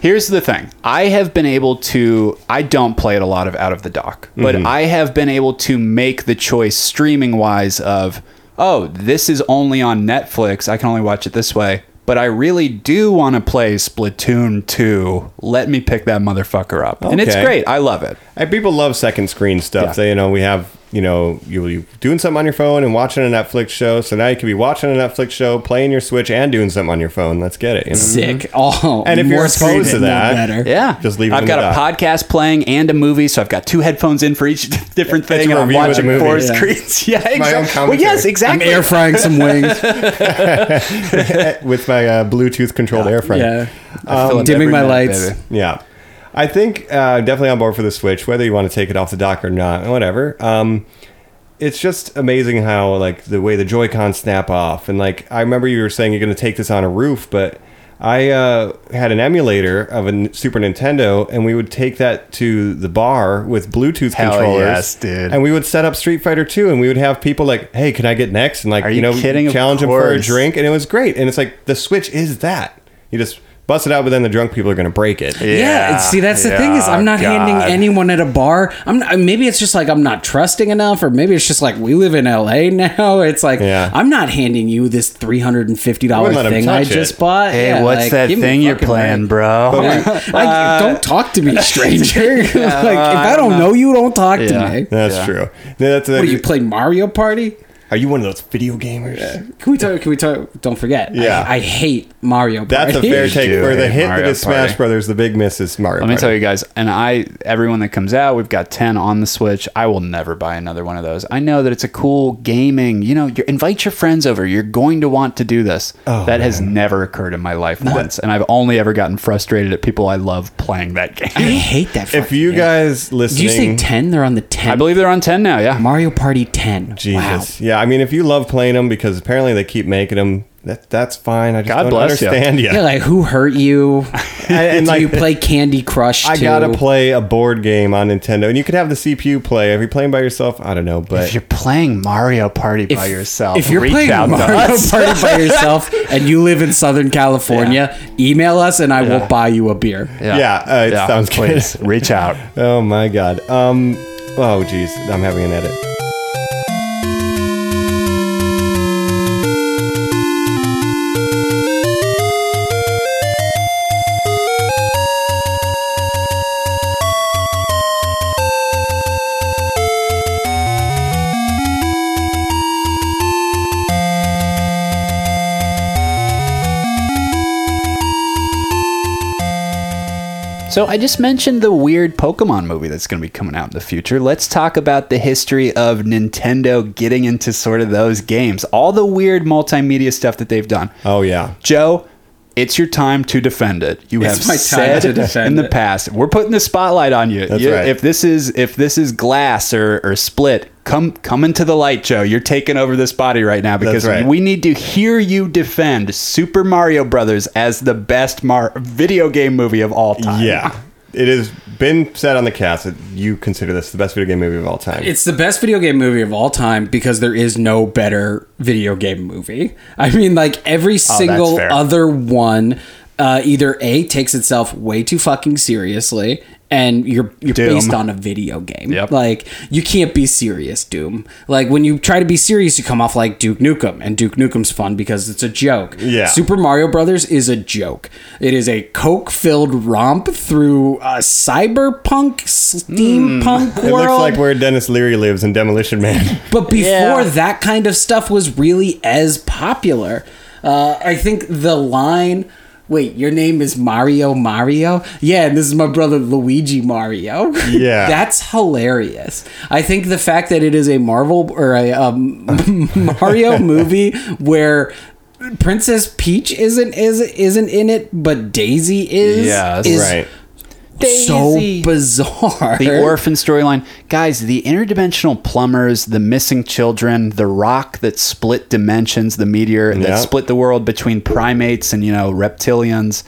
Here's the thing. I have been able to I don't play it a lot of out of the dock, but I have been able to make the choice streaming wise of, oh, this is only on Netflix. I can only watch it this way. But I really do want to play Splatoon 2. Let me pick that motherfucker up. And it's Okay. great. I love it. And people love second screen stuff. Yeah. They, you know, we have, you know, you you doing something on your phone and watching a Netflix show. So now you can be watching a Netflix show, playing your Switch, and doing something on your phone. Let's get it. You know? sick. Mm-hmm. Oh, And if you're more exposed screen to than that- better. Yeah. Just leave it I've in got the a dock. podcast playing and a movie, so I've got two headphones in for each different a thing. and I'm review of the watching movie. four Yeah. screens. Yeah, exactly. My own well, commentary. yes, I'm exactly. air frying some wings, With my uh, Bluetooth controlled air fryer. yeah, I fill up dimming every my minute, lights. baby. Yeah. I think uh, definitely on board for the Switch, whether you want to take it off the dock or not, whatever. Um, it's just amazing how, like, the way the Joy-Cons snap off. And, like, I remember you were saying you're going to take this on a roof, but I uh, had an emulator of a N- Super Nintendo, and we would take that to the bar with Bluetooth Hell controllers. yes, dude. And we would set up Street Fighter 2, and we would have people like, hey, can I get next? And, like, Are you you know, kidding? Of challenge them for a course. drink. And it was great. And it's like, the Switch is that. You just bust it out, but then the drunk people are going to break it. yeah. and see, that's the thing is, I'm not handing anyone at a bar. I'm not, maybe it's just like I'm not trusting enough, or maybe it's just like we live in LA now. It's like Yeah. I'm not handing you this three hundred and I fifty dollar wouldn't let 'em thing I touch just it. bought. Hey, Yeah, what's like, that give me a thing you're fucking playing, break. bro? Yeah. Like, Uh, don't talk to me, stranger. like, if I don't know you, don't talk Yeah. to me. That's true. That's What do you play Mario Party? Are you one of those video gamers? Can we talk? Can we talk? Don't forget. Yeah. I, I hate Mario. That's a Party. fair take. do For the hate hit Mario that is Party. Smash Brothers, the big miss is Mario. Let me Party. tell you guys, and I, everyone that comes out, we've got 10 on the Switch. I will never buy another one of those. I know that it's a cool gaming, you know, you invite your friends over. You're going to want to do this. that has never occurred in my life once. And I've only ever gotten frustrated at people I love playing that I game. hate that. If fucking you game. guys did listening, you say ten? They're on the ten. I believe they're on 10 now, yeah. Mario Party ten. Jesus, yeah. I mean, if you love playing them because apparently they keep making them, that that's fine. I just God don't bless ya. understand you. Yeah, like who hurt you? Uh, and, Do like- you play Candy Crush? I too? gotta play a board game on Nintendo, and you could have the CPU play. If you're playing by yourself, I don't know, If but you're playing Mario Party by If- yourself, If you're reach playing out to Mario us. Party by yourself and you live in Southern California, email us and I will buy you a beer. Yeah, uh, it sounds good. please, Reach out. oh my god. Um, oh geez, I'm having an edit. So I just mentioned the weird Pokemon movie that's going to be coming out in the future. Let's talk about the history of Nintendo getting into sort of those games, all the weird multimedia stuff that they've done. Oh yeah. Joe, it's your time to defend it. You It's have my time said to defend in the it. past. We're putting the spotlight on you. That's You- right. If this is if this is glass or, or split, come come into the light, Joe. You're taking over this body right now because right. we need to hear you defend Super Mario Brothers as the best Mar- video game movie of all time. Yeah. It has been said on the cast that you consider this the best video game movie of all time. It's the best video game movie of all time because there is no better video game movie. I mean, like Oh, every single fair. other one, uh, either a takes itself way too fucking seriously, and you're you're Doom. based on a video game. Yep. Like you can't be serious, Doom. Like when you try to be serious, you come off like Duke Nukem, and Duke Nukem's fun because it's a joke. Yeah. Super Mario Brothers is a joke. It is a coke-filled romp through a cyberpunk, steampunk Hmm. it world. looks like where Dennis Leary lives in Demolition Man. But before that kind of stuff was really as popular, uh, I think the line, "Wait, your name is Mario Mario?" Yeah, and this is my brother Luigi Mario. Yeah. that's hilarious. I think the fact that it is a Marvel or a um, Mario movie where. Princess Peach isn't is isn't in it, but Daisy is. Yes. is right. so Daisy. bizarre. The orphan storyline. Guys, the interdimensional plumbers, the missing children, the rock that split dimensions, the meteor that Yeah. split the world between primates and, you know, reptilians,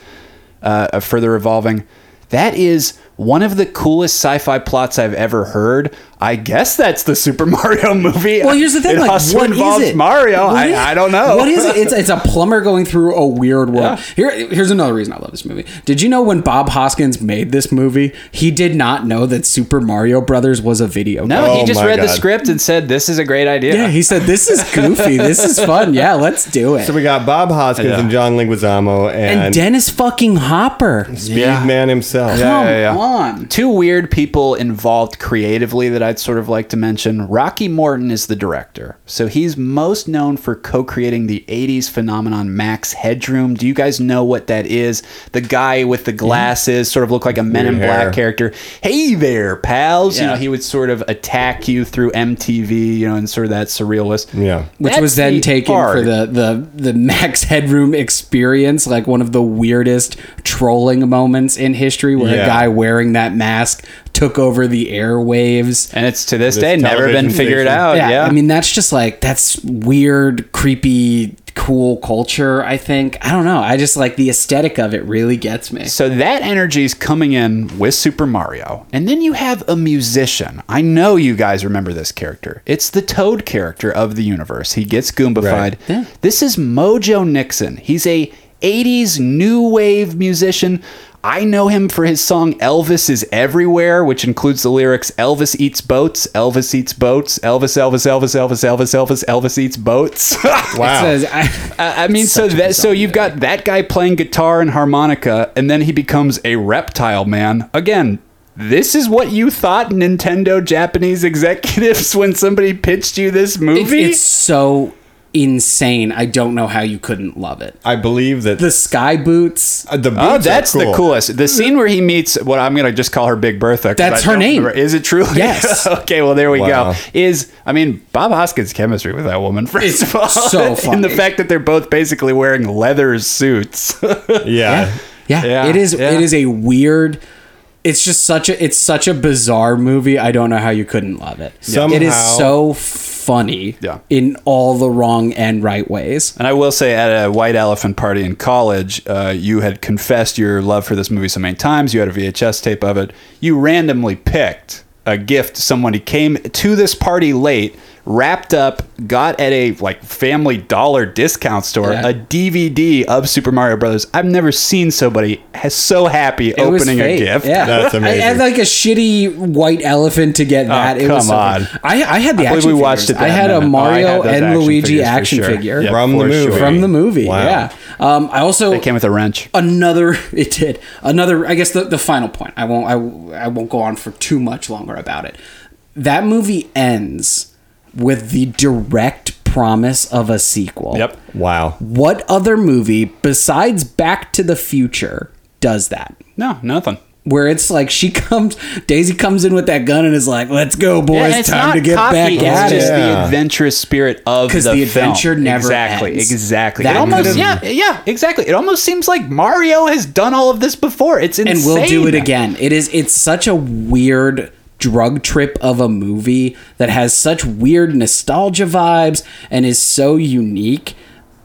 uh, uh, further evolving. That is one of the coolest sci-fi plots I've ever heard. I guess that's the Super Mario movie. Well, here's the thing. It like, also what is involves it? Mario. What I, is- I don't know. What is it? It's, it's a plumber going through a weird world. Here, here's another reason I love this movie. Did you know when Bob Hoskins made this movie, he did not know that Super Mario Brothers was a video game? No, he Oh just my read the God. script and said, "This is a great idea." Yeah, he said, "This is goofy. this is fun. Yeah, let's do it." So we got Bob Hoskins Yeah. and John Leguizamo and, and Dennis fucking Hopper. Speedman himself. Come yeah, yeah. on. Two weird people involved creatively that I'd sort of like to mention. Rocky Morton is the director. So he's most known for co creating the 80s phenomenon Max Headroom. Do you guys know what that is? The guy with the glasses sort of looked like a Men in Weird hair. Black character. Hey there, pals. You Yeah. know, he would sort of attack you through MTV, you know, and sort of that surrealist. Yeah. Which That's was then the taken for hard- the, the the Max Headroom experience, like one of the weirdest trolling moments in history, where Yeah. a guy wearing that mask took over the airwaves. And it's to this, day never been television figured station. out. Oh, Yeah. I mean that's just like that's weird, creepy, cool culture. I think I don't know. I just like the aesthetic of it really gets me. So that energy is coming in with Super Mario. And then you have a musician. I know you guys remember this character. It's the Toad character of the universe. He gets Goombified. Right. Yeah. This is Mojo Nixon. He's a 80s new wave musician. I know him for his song Elvis is Everywhere, which includes the lyrics Elvis eats boats, Elvis eats boats, Elvis, Elvis, Elvis, Elvis, Elvis, Elvis, Elvis eats boats. Wow. Says, I, I I mean, so that so you've got that guy playing guitar and harmonica, and then he becomes a reptile man again. This is what you thought Nintendo Japanese executives when somebody pitched you this It's, movie? it's so insane. I don't know how you couldn't love it. I believe that The sky boots. uh, the boots Oh, are that's cool. the coolest. The scene where he meets what I'm going to just call her Big Bertha. 'cause That's I her don't name. remember- Is it truly? Yes. okay, well, there we Wow. go. Is, I mean, Bob Hoskins' chemistry with that woman, first It's of all. so And the funny. fact that they're both basically wearing leather suits. Yeah. Yeah, Yeah, it is. yeah. It is a weird. It's just such a. It's such a bizarre movie. I don't know how you couldn't love it. it is Somehow- so funny. Yeah. in all the wrong and right ways. And I will say, at a white elephant party in college, uh, you had confessed your love for this movie so many times. You had a VHS tape of it. You randomly picked a gift. Somebody came to this party late, wrapped up, got at a like Family Dollar discount store Yeah. a DVD of Super Mario Brothers. I've never seen somebody has so happy It was opening a fate. gift. Yeah, That's amazing. I had like a shitty white elephant to get that. it was Oh, come so on. funny. I, I had the. I believe action we watched figures. it I that had a minute. Oh, I Mario had those and action Luigi figures for action sure. figure Yeah, From the for movie. sure. from the movie. Wow. Yeah. Um, I also They came with a wrench. another it did another i guess the, the final point i won't I, I won't go on for too much longer about it that movie ends with the direct promise of a sequel Yep. Wow. what other movie besides back to the future does that No, nothing. where it's like she comes daisy comes in with that gun and is like let's go boys Yeah, and it's time not to get copy, back it's at just it the Yeah. adventurous spirit of the, Because the adventure film. never exactly, ends. exactly. That it almost, could've- yeah, yeah, exactly. It almost seems like Mario has done all of this before. It's insane, and we'll do it again. It is it's such a weird drug trip of a movie that has such weird nostalgia vibes and is so unique.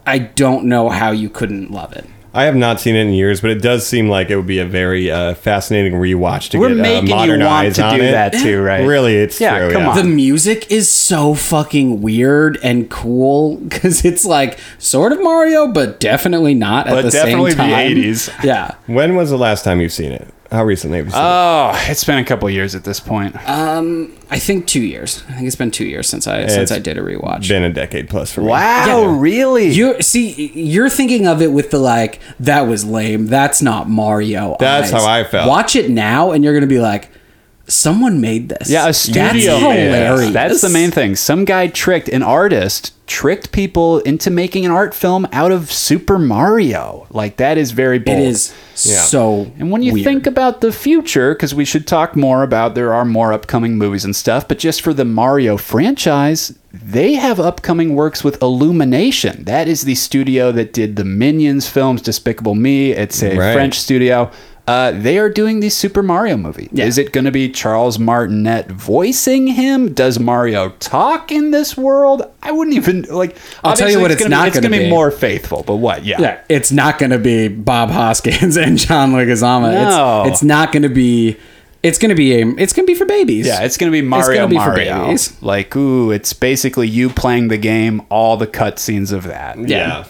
I don't know how you couldn't love it. I have not seen it in years, but it does seem like it would be a very uh, fascinating rewatch to We're get uh, making you modern want eyes to on do it. that too, right? Really, it's Yeah, true. come yeah. on. The music is so fucking weird and cool because it's like sort of Mario, but definitely not at But the definitely the same time. 80s. Yeah. When was the last time you've seen it? How recently have you seen Oh, it's been a couple years at this point. I think two years. I think it's been two years since I since I did a rewatch. it? Been a decade plus for me. wow, really? You see, you're thinking of it with the like that was lame. That's not Mario. That's eyes. how I felt. Watch it now, and you're gonna be like, someone made this. yeah, a studio. That's made this. hilarious. That's the main thing. Some guy tricked an artist, tricked people into making an art film out of Super Mario. Like that is very It bold. is Yeah. so. And when you weird. think about the future, because we should talk more about there are more upcoming movies and stuff, but just for the Mario franchise, they have upcoming works with Illumination. That is the studio that did the Minions films, Despicable Me. It's a Right. French studio. Uh, they are doing the Super Mario movie. Is it going to be Charles Martinet voicing him? Does Mario talk in this world? I wouldn't even like. I'll tell you obviously what it's gonna not It's gonna going to be be. more faithful, but what? Yeah. yeah, it's not gonna be Bob Hoskins and John Leguizamo. No. It's, it's not gonna be. It's gonna be a. It's gonna be for babies. Yeah, it's gonna be Mario gonna be for Mario. babies. Like, ooh, it's basically you playing the game, all the cutscenes of that. Yeah.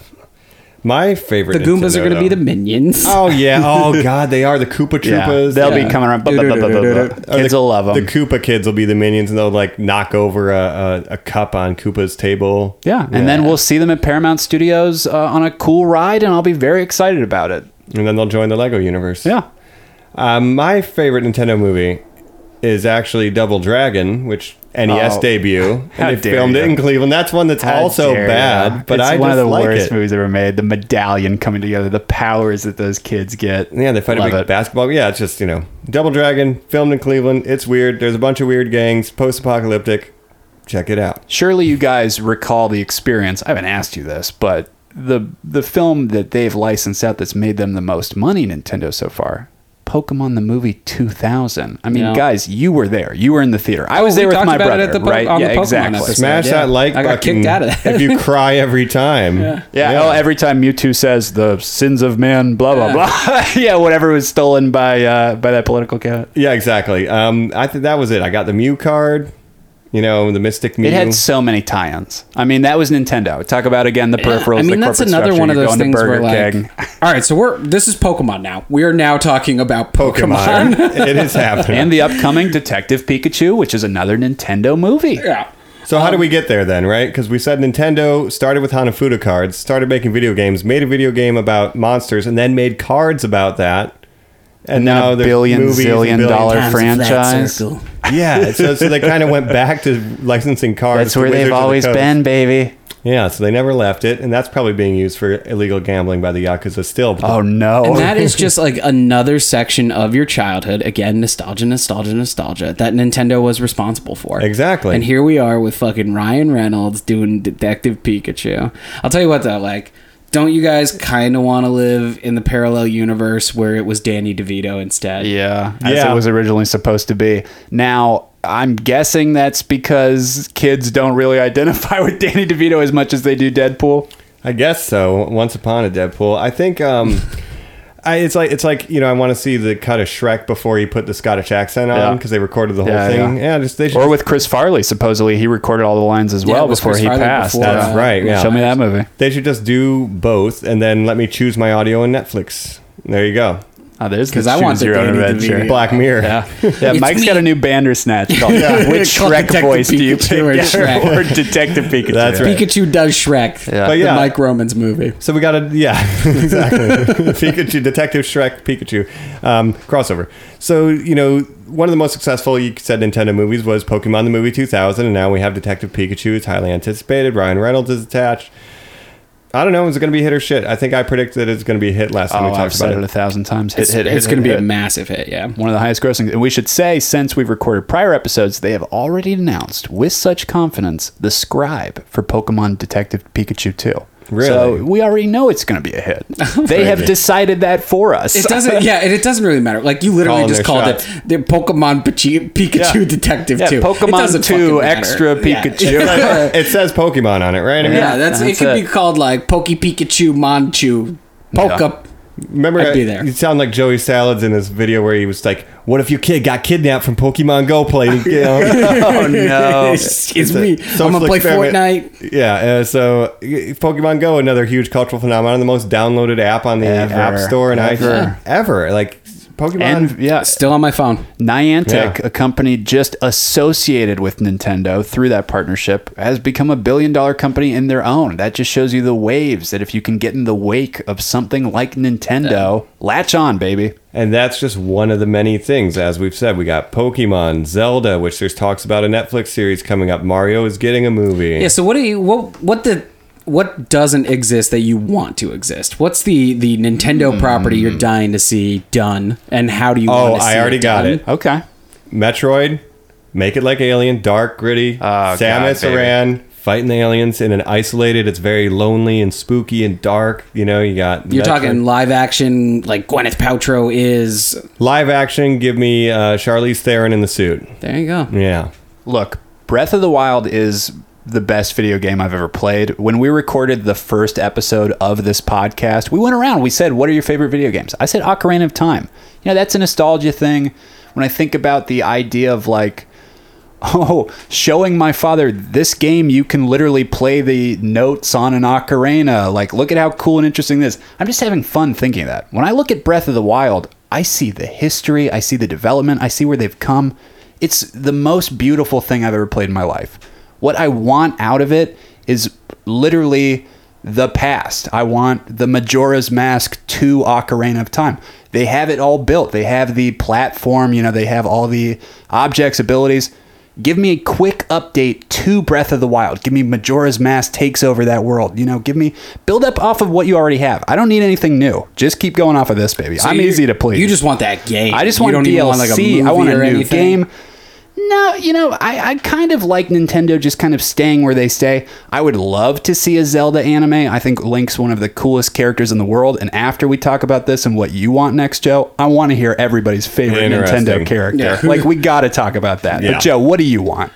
My favorite. The Goombas are Nintendo, gonna be though. the minions. Oh yeah! Oh god, they are the Koopa Troopas. They'll Yeah. be coming around. Blah, blah, blah, blah, blah, blah. Or Kids the, will love them. The Koopa kids will be the minions, and they'll like knock over a, a, a cup on Koopa's table. yeah, and then we'll see them at Paramount Studios uh, on a cool ride, and I'll be very excited about it. and then they'll join the Lego universe. Yeah. Um, my favorite Nintendo movie is actually Double Dragon, which NES Oh. debut. How and they dare filmed you. it in Cleveland. That's one that's How also dare bad, ya. but it's I one just of the like worst it. movies ever made. The medallion coming together, the powers that those kids get. Yeah, they fight a Love big it. basketball. Yeah, it's just you know, Double Dragon filmed in Cleveland. It's weird. There's a bunch of weird gangs, post-apocalyptic. Check it out. Surely you guys recall the experience. I haven't asked you this, but the the film that they've licensed out that's made them the most money Nintendo so far. Pokemon the movie 2000. I mean, Yeah. Oh, guys, you were there. You were in the theater. I was we there with talked my about it brother, at the po- right? on the yeah, Pokemon exactly. episode. Smash Yeah. that like I got button kicked out of that. if you cry every time. Yeah. Yeah, Oh, every time Mewtwo says the sins of man, blah blah blah. yeah, whatever was stolen by uh, by that political cat. Yeah, exactly. Um, I think that was it. I got the Mew card. You know, the Mystic Mew. It had so many tie-ins. I mean, that was Nintendo. Talk about again the peripherals. I mean, the that's corporate another structure. one of You're those going to things where, Burger like, King. all right, so we're this is Pokemon now. We are now talking about Pokemon. Pokemon. it is happening. and the upcoming Detective Pikachu, which is another Nintendo movie. yeah, so um, how do we get there then, right? Because we said Nintendo started with Hanafuda cards, started making video games, made a video game about monsters, and then made cards about that. and then now a there's billion movies and zillion billion dollar Times a flat franchise. circle. Yeah, so, so they kind of went back to licensing cars. That's to where Wizards they've of the always Coast. been, baby. Yeah, so they never left it, and that's probably being used for illegal gambling by the yakuza still. But Oh no! And that is just like another section of your childhood. Again, nostalgia, nostalgia, nostalgia that Nintendo was responsible for. Exactly. And here we are with fucking Ryan Reynolds doing Detective Pikachu. I'll tell you what though, like, don't you guys kind of want to live in the parallel universe where it was Danny DeVito instead? Yeah, as Yeah. it was originally supposed to be. Now, I'm guessing that's because kids don't really identify with Danny DeVito as much as they do Deadpool. I guess so. Once upon a Deadpool, I think um, I, it's like it's like you know I want to see the cut of Shrek before he put the Scottish accent on Yeah. because they recorded the whole Yeah, thing. yeah. Yeah, just they should, Or with Chris Farley, supposedly he recorded all the lines as well it was before Chris he Farley passed. before, That's uh, right, yeah. Show me that movie. they should just do both and then let me choose my audio and Netflix. There you go. Oh, there's Because I want the your own Danny adventure. DeVito. Black Mirror. Yeah, It's Mike's me. got a new Bandersnatch called Which Called Shrek Detective voice do you Pikachu pick? or Yeah, Shrek. or Detective Pikachu. That's right. Pikachu does Shrek. Yeah. But The yeah. Mike Romans movie. So we got a yeah, exactly. Pikachu, Detective Shrek, Pikachu, um, crossover. So you know, one of the most successful you said Nintendo movies was Pokemon the movie 2000, and now we have Detective Pikachu. It's highly anticipated. Ryan Reynolds is attached. I don't know. Is it going to be a hit or shit? I think I predicted it's going to be a hit last time Oh, we I've talked said about it. it a thousand times. Hit, It's, hit, hit, it's going to be hit, a hit. massing. massive hit, yeah. one of the highest grossing. And we should say, since we've recorded prior episodes, they have already announced with such confidence the scribe for Pokemon Detective Pikachu 2. Really? So we already know it's going to be a hit. they have decided that for us. It doesn't. Yeah, and it doesn't really matter. Like you literally Calling just their called shots. it the Pokemon Pichi- Pikachu Yeah. Detective Yeah, Two. It doesn't Pokemon fucking 2 matter. Extra Yeah. Pikachu. Yeah, It says Pokemon on it, right? I mean, that's, that's it. Could it. be called like Pokey Pikachu Manchu Poke. Remember, I'd be there. you sound like Joey Salads in this video where he was like, "What if your kid got kidnapped from Pokemon Go playing?" You know? oh, no. It's, it's a me. I'm social gonna play experiment. Fortnite. Yeah, uh, so y- Pokemon Go, another huge cultural phenomenon, the most downloaded app on the Ever. App Store and Ever. iTunes ever. Like Pokemon, And yeah, Still on my phone. Niantic, Yeah. a company just associated with Nintendo through that partnership, has become a billion dollar company in their own. That just shows you the waves that if you can get in the wake of something like Nintendo, latch on, baby. and that's just one of the many things. As we've said, we got Pokemon, Zelda, which there's talks about a Netflix series coming up. Mario is getting a movie. Yeah. So what do you what what the what doesn't exist that you want to exist? What's the the Nintendo property you're dying to see done, and how do you? Oh, want to see I already it got done? it. Okay. Metroid, make it like Alien, dark, gritty. Oh, God, Samus baby. Aran fighting the aliens in an isolated. It's very lonely and spooky and dark. You know, you got You're Metroid. talking live action, like Gwyneth Paltrow is. live action. Give me uh, Charlize Theron in the suit. There you go. Yeah. Look, Breath of the Wild is the best video game I've ever played. When we recorded the first episode of this podcast, we went around. We said, What are your favorite video games? I said, Ocarina of Time. You know, that's a nostalgia thing. When I think about the idea of like, oh, showing my father this game, you can literally play the notes on an ocarina. Like, look at how cool and interesting this. I'm just having fun thinking of that. When I look at Breath of the Wild, I see the history, I see the development, I see where they've come. It's the most beautiful thing I've ever played in my life. What I want out of it is literally the past. I want the Majora's Mask to Ocarina of Time. They have it all built. They have the platform, you know, they have all the objects, abilities. Give me a quick update to Breath of the Wild. Give me Majora's Mask takes over that world. You know, give me build up off of what you already have. I don't need anything new. Just keep going off of this, baby. I'm You- easy to please. You just want that game. I just You want don't DLC. even want, like, a I want movie a or new anything. game. No, you know, I, I kind of like Nintendo just kind of staying where they stay. I would love to see a Zelda anime. I think Link's one of the coolest characters in the world. And after we talk about this and what you want next, Joe, I want to hear everybody's favorite Interesting. Nintendo character. Like, we got to talk about that. Yeah. But, Joe, what do you want?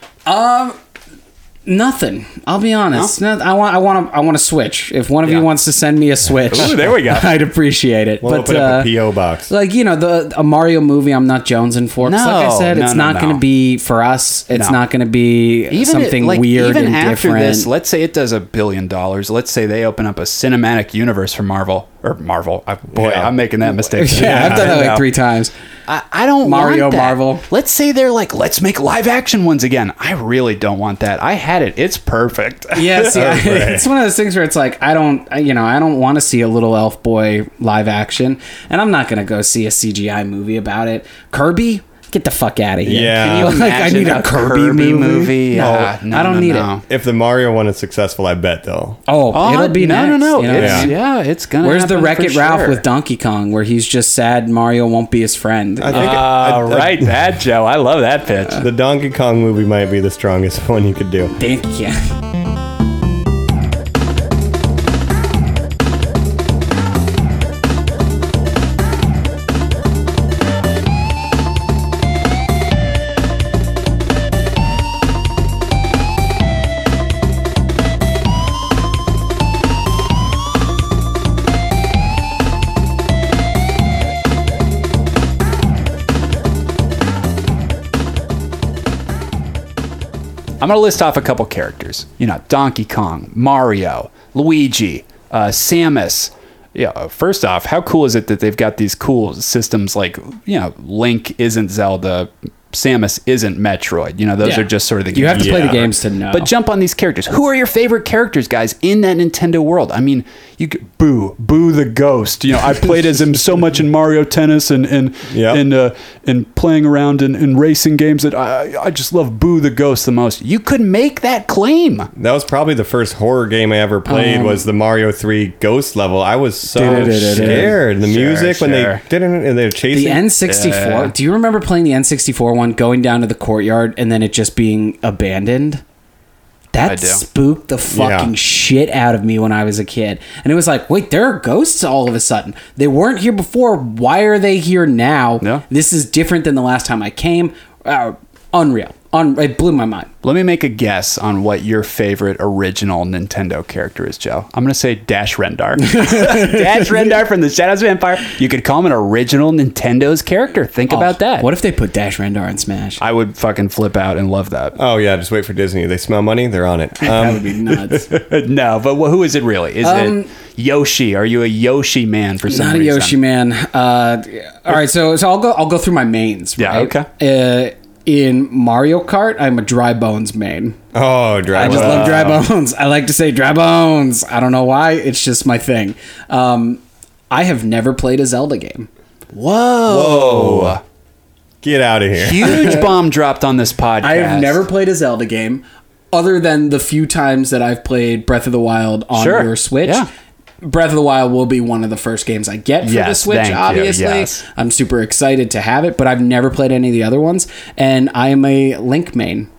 Nothing. I'll be honest. No, I want. I want. To, I want to switch. If one of you Yeah. wants to send me a switch, Ooh, there we go. I'd appreciate it. We'll but open up uh, a PO box. like you know, the a Mario movie. I'm not jonesing for. 'Cause like I No, said, no, it's no, not no. going to be for us. It's No. not going to be it- something like, weird even and after different. this let's say it does a billion dollars let's say they open up a cinematic universe for marvel or marvel I, boy Yeah. i'm making that mistake yeah, I've done that like three times. I, I don't Mario, want that. Marvel. Let's say they're like, let's make live action ones again. I really don't want that. I had it. It's perfect. Yeah, see, I- it's one of those things where it's like I don't, I- you know, I don't want to see a little elf boy live action, and I'm not gonna go see a CGI movie about it. Kirby, get the fuck out of here! Yeah. Can you like I need a, Kirby, movie. Yeah, No, I don't need it. If the Mario one is successful, I bet they'll. Oh, Oh, it'll be no, next, no, no. you know what I It's- mean? yeah. it's gonna. Where's the happen for Wreck It Ralph sure. with Donkey Kong, where he's just sad Mario won't be his friend? I think I- Uh, I- right, that Joe. I love that pitch. The Donkey Kong movie might be the strongest one you could do. think yeah. I'm gonna list off a couple characters. You know, Donkey Kong, Mario, Luigi, uh, Samus. Yeah. uh, First off, how cool is it that they've got these cool systems like you know, Link isn't Zelda, Samus isn't Metroid. You know, those Yeah. are just sort of the You have to play the Yeah. games to know. But jump on these characters. Who are your favorite characters, guys, in that Nintendo world? I mean, you could, boo, boo the ghost. You know, I played as him so much in Mario Tennis and and Yep. and uh, and playing around in, in racing games that I I just love boo the ghost the most. You could make that claim. That was probably the first horror game I ever played. was the Mario Three Ghost level? I was so Um, Du-du-du-du-du. scared. The Sure, music when sure. they didn't and they were chasing. The N64. Do you remember playing the N64 one, going down to the courtyard, and then it just being abandoned? I That do. spooked the fucking Yeah. shit out of me when I was a kid. And it was like, wait, there are ghosts all of a sudden. They weren't here before. Why are they here now? Yeah. This is different than the last time I came. Uh, unreal. Un- it blew my mind. Let me make a guess on what your favorite original Nintendo character is, Joe. I'm gonna say Dash Rendar. Dash Rendar from the Shadows of Empire. You could call him an original Nintendo's character. Think about that. Oh, What if they put Dash Rendar in Smash? I would fucking flip out and love that. oh yeah, just wait for Disney. They smell money, they're on it. that Um, would be nuts. no, but wh- who is it really? Is it Yoshi? Are you a Yoshi man for some Um, Not a reason? Yoshi man. Uh, all right, so so I'll go. I'll go through my mains. Yeah, right? okay. Uh, in Mario Kart, I'm a dry bones main. oh, dry. I just Well, love dry bones. I like to say dry bones. I don't know why. It's just my thing. Um, I have never played a Zelda game. Whoa! Get out of here. Huge bomb dropped on this podcast. I have never played a Zelda game, other than the few times that I've played Breath of the Wild on Sure. your Switch. Yeah. Breath of the Wild will be one of the first games I get for the Yes, Switch, thank you, obviously. yes. I'm super excited to have it, but I've never played any of the other ones, and I am a Link main.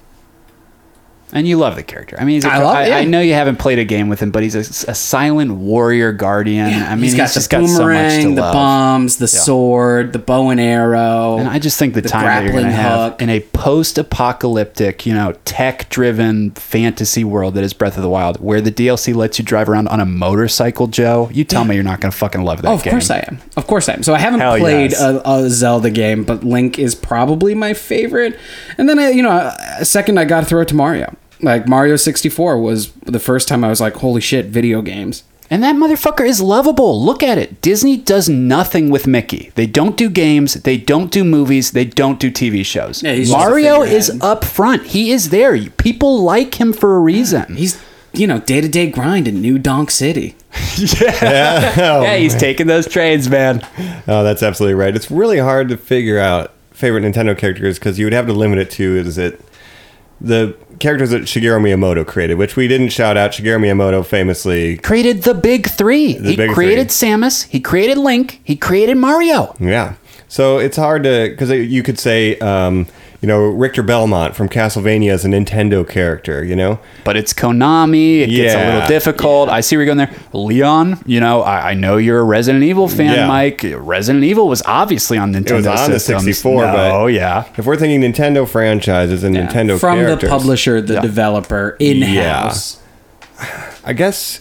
And you love the character. I mean, he's a, I love- I, yeah. I know you haven't played a game with him, but he's a, a silent warrior guardian. I mean, he's, got just the got so much boomerang, to the love. bombs, the sword, the bow and arrow. And I just think the, The time that you're going to grappling have hook. in a post-apocalyptic, you know, tech-driven fantasy world that is Breath of the Wild, where the DLC lets you drive around on a motorcycle, Joe. You tell me you're not going to fucking love that Oh, of game. course I am. Of course I am. So I haven't Hell played yes. a, a Zelda game, but Link is probably my favorite. And then I, you know, uh, second I got to throw it to Mario. Like Mario 64 was the first time I was like, holy shit, video games. And that motherfucker is lovable. Look at it. Disney does nothing with Mickey. They don't do games. They don't do movies. They don't do TV shows. Yeah, he's just a Mario is figurehead. up front. He is there. People like him for a reason. He's you know day to day grind in New Donk City. yeah, he's taking those trades, man. Oh, that's absolutely right. It's really hard to figure out favorite Nintendo characters because you would have to limit it to is it the characters that Shigeru Miyamoto created, which we didn't shout out. Shigeru Miyamoto famously, Created the big three. he big created Samus. He created Link. He created Mario. yeah. So it's hard to because you could say, um, you know, Richter Belmont from Castlevania is a Nintendo character. You know, but it's Konami. It gets a Yeah. little difficult. I see where you're going there. Leon, you know, I, I know you're a Resident Evil fan, Yeah. Mike. Resident Evil was obviously on Nintendo it was on systems. the 64. but Oh, yeah. If we're thinking Nintendo franchises and Nintendo from the characters, publisher, the developer in house. I guess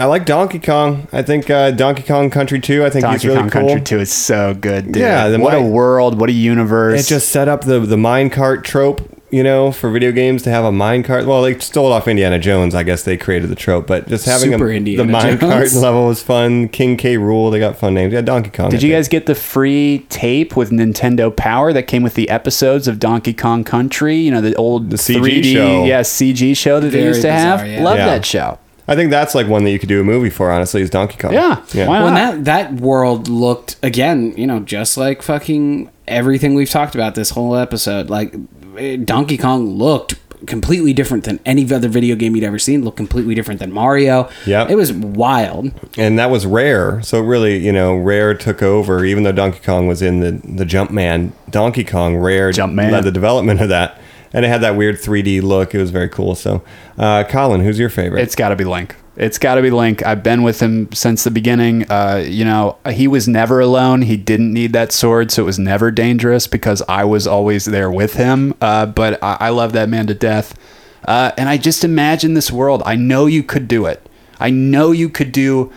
I like Donkey Kong. I think uh, Donkey Kong Country 2. I think he's Donkey really Kong cool. Country 2 is so good, dude. Yeah, the what a mi- world. What a universe. It just set up the the minecart trope you know, for video games to have a mine cart. Well, they stole it off Indiana Jones. I guess they created the trope, but just having Super a, Indiana the mine Jones. cart level was fun. King K. Rule, they got fun names. Yeah, Donkey Kong. Did you guys get the free tape with Nintendo Power that came with the episodes of Donkey Kong Country? You know, the old CG 3D, show. yeah, CG show that they Very used to have. bizarre, yeah. Love Yeah. that show. I think that's like one that you could do a movie for. Honestly, is Donkey Kong. Yeah, why Well, not? and that that world looked again, you know, just like fucking everything we've talked about this whole episode. Like eh, Donkey Kong looked completely different than any other video game you'd ever seen. Looked completely different than Mario. Yep. it was wild. and that was rare. So really, you know, Rare took over. Even though Donkey Kong was in the the Jumpman, Donkey Kong Rare Jumpman. led the development of that, and it had that weird 3D look. It was very cool. So, uh, Colin, who's your favorite? It's got to be Link. It's got to be Link. I've been with him since the beginning. Uh, you know, he was never alone. He didn't need that sword, so it was never dangerous because I was always there with him. Uh, but I, I love that man to death. Uh, and I just imagine this world. I know you could do it. I know you could do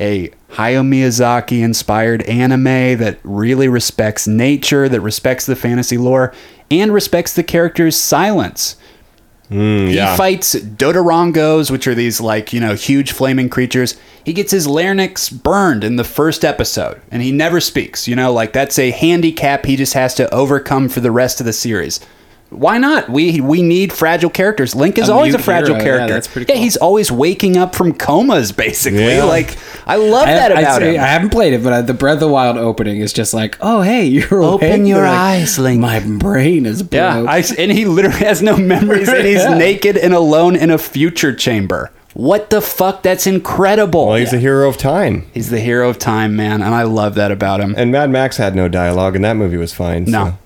a Hayao Miyazaki inspired anime that really respects nature, that respects the fantasy lore, and respects the character's silence. He fights Dodorongos, which are these like, you know, huge flaming creatures. He gets his larynx burned in the first episode and he never speaks. You know, like that's a handicap he just has to overcome for the rest of the series. Why not? We we need fragile characters. Link is A always a mute fragile hero. Yeah, character. that's pretty cool. he's always waking up from comas basically. Yeah. Like I love that I, about I, him. I haven't played it, but uh the Breath of the Wild opening is just like, oh hey, you're Open awake. your They're like, eyes, Link. My brain is yeah, broke. I, and he literally has no memories, and he's Yeah. naked and alone in a future chamber. What the fuck? That's incredible. well, he's the hero of time. He's the hero of time, man, and I love that about him. And Mad Max had no dialogue, and that movie was fine. no, so-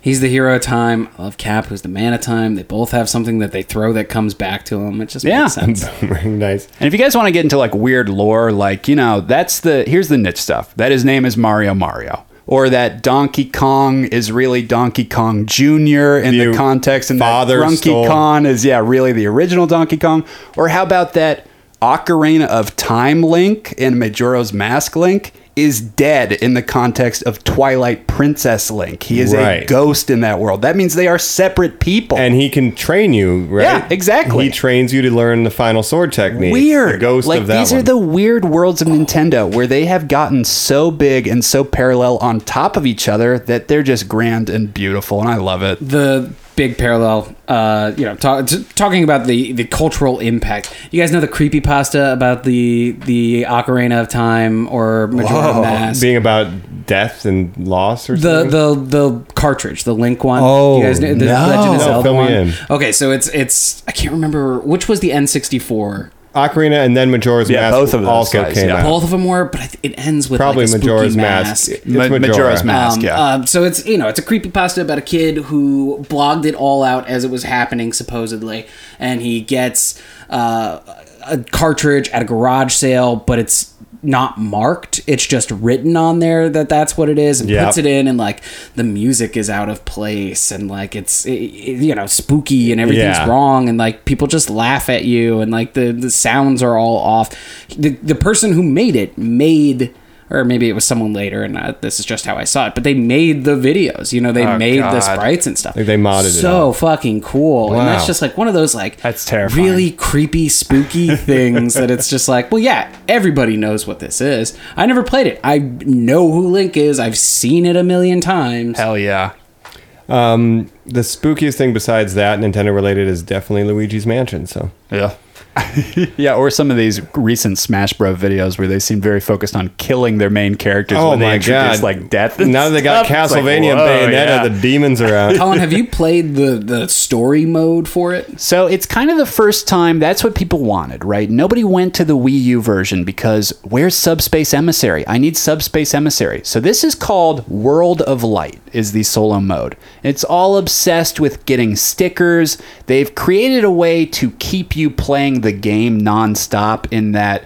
He's the hero of time. I love Cap, who's the man of time. They both have something that they throw that comes back to them. It just Yeah. makes sense. Very nice. and if you guys want to get into like weird lore, like you know, that's the here's the niche stuff. That his name is Mario Mario, or that Donkey Kong is really Donkey Kong Junior in the, The context, and father that Donkey stole- Kong is yeah really the original Donkey Kong, or how about that Ocarina of Time Link and Majora's Mask Link is dead in the context of Twilight Princess Link. He is a Right. ghost in that world. That means they are separate people. And he can train you, right? Yeah, exactly. He trains you to learn the final sword technique. The weird. ghost like of that these are one. the weird worlds of Nintendo where they have gotten so big and so parallel on top of each other that they're just grand and beautiful, and I love it. the big parallel uh you know talk, t- talking about the the cultural impact you guys know the creepy pasta about the the ocarina of time or Majora's Mask? being about death and loss or the something. the the cartridge the link one Oh, you guys know, the no. legend of No, zelda fill me one in. okay so it's it's i can't remember which was the n64 Ocarina and then Majora's Yeah, Mask both of those also guys, came yeah. out. both of them were but I th- it ends with Probably like a Majora's spooky Mask. mask, It's Ma- Majora. Majora's Mask, Um, yeah. um, so it's you know it's a creepy pasta about a kid who blogged it all out as it was happening supposedly, and he gets uh, a cartridge at a garage sale, but it's not marked. It's just written on there that that's what it is, and Yep. puts it in, and like the music is out of place, and like it's i i you know spooky and everything's Yeah. wrong wrong and like people just laugh at you and like the, the sounds are all off the, the person who made it made or maybe it was someone later and uh, this is just how i saw it but they made the videos you know they Oh, made the God. sprites and stuff Like, they modded it so fucking cool and that's Wow. just like one of those like That's terrifying. really creepy spooky things that it's just like well yeah everybody knows what this is i never played it i know who link is i've seen it a million times Hell yeah. the spookiest thing besides that Nintendo related is definitely Luigi's Mansion. So Yeah. yeah, or some of these recent Smash Bro videos where they seem very focused on killing their main characters when they introduce like death. and Oh Now that they got stuff, it's like, Castlevania whoa, and Bayonetta, yeah. the demons are out. colin have you played the the story mode for it So it's kind of the first time that's what people wanted, right? Nobody went to the Wii U version because where's Subspace Emissary? I need Subspace Emissary. So this is called World of Light is the solo mode. It's all obsessed with getting stickers. They've created a way to keep you playing the game nonstop in that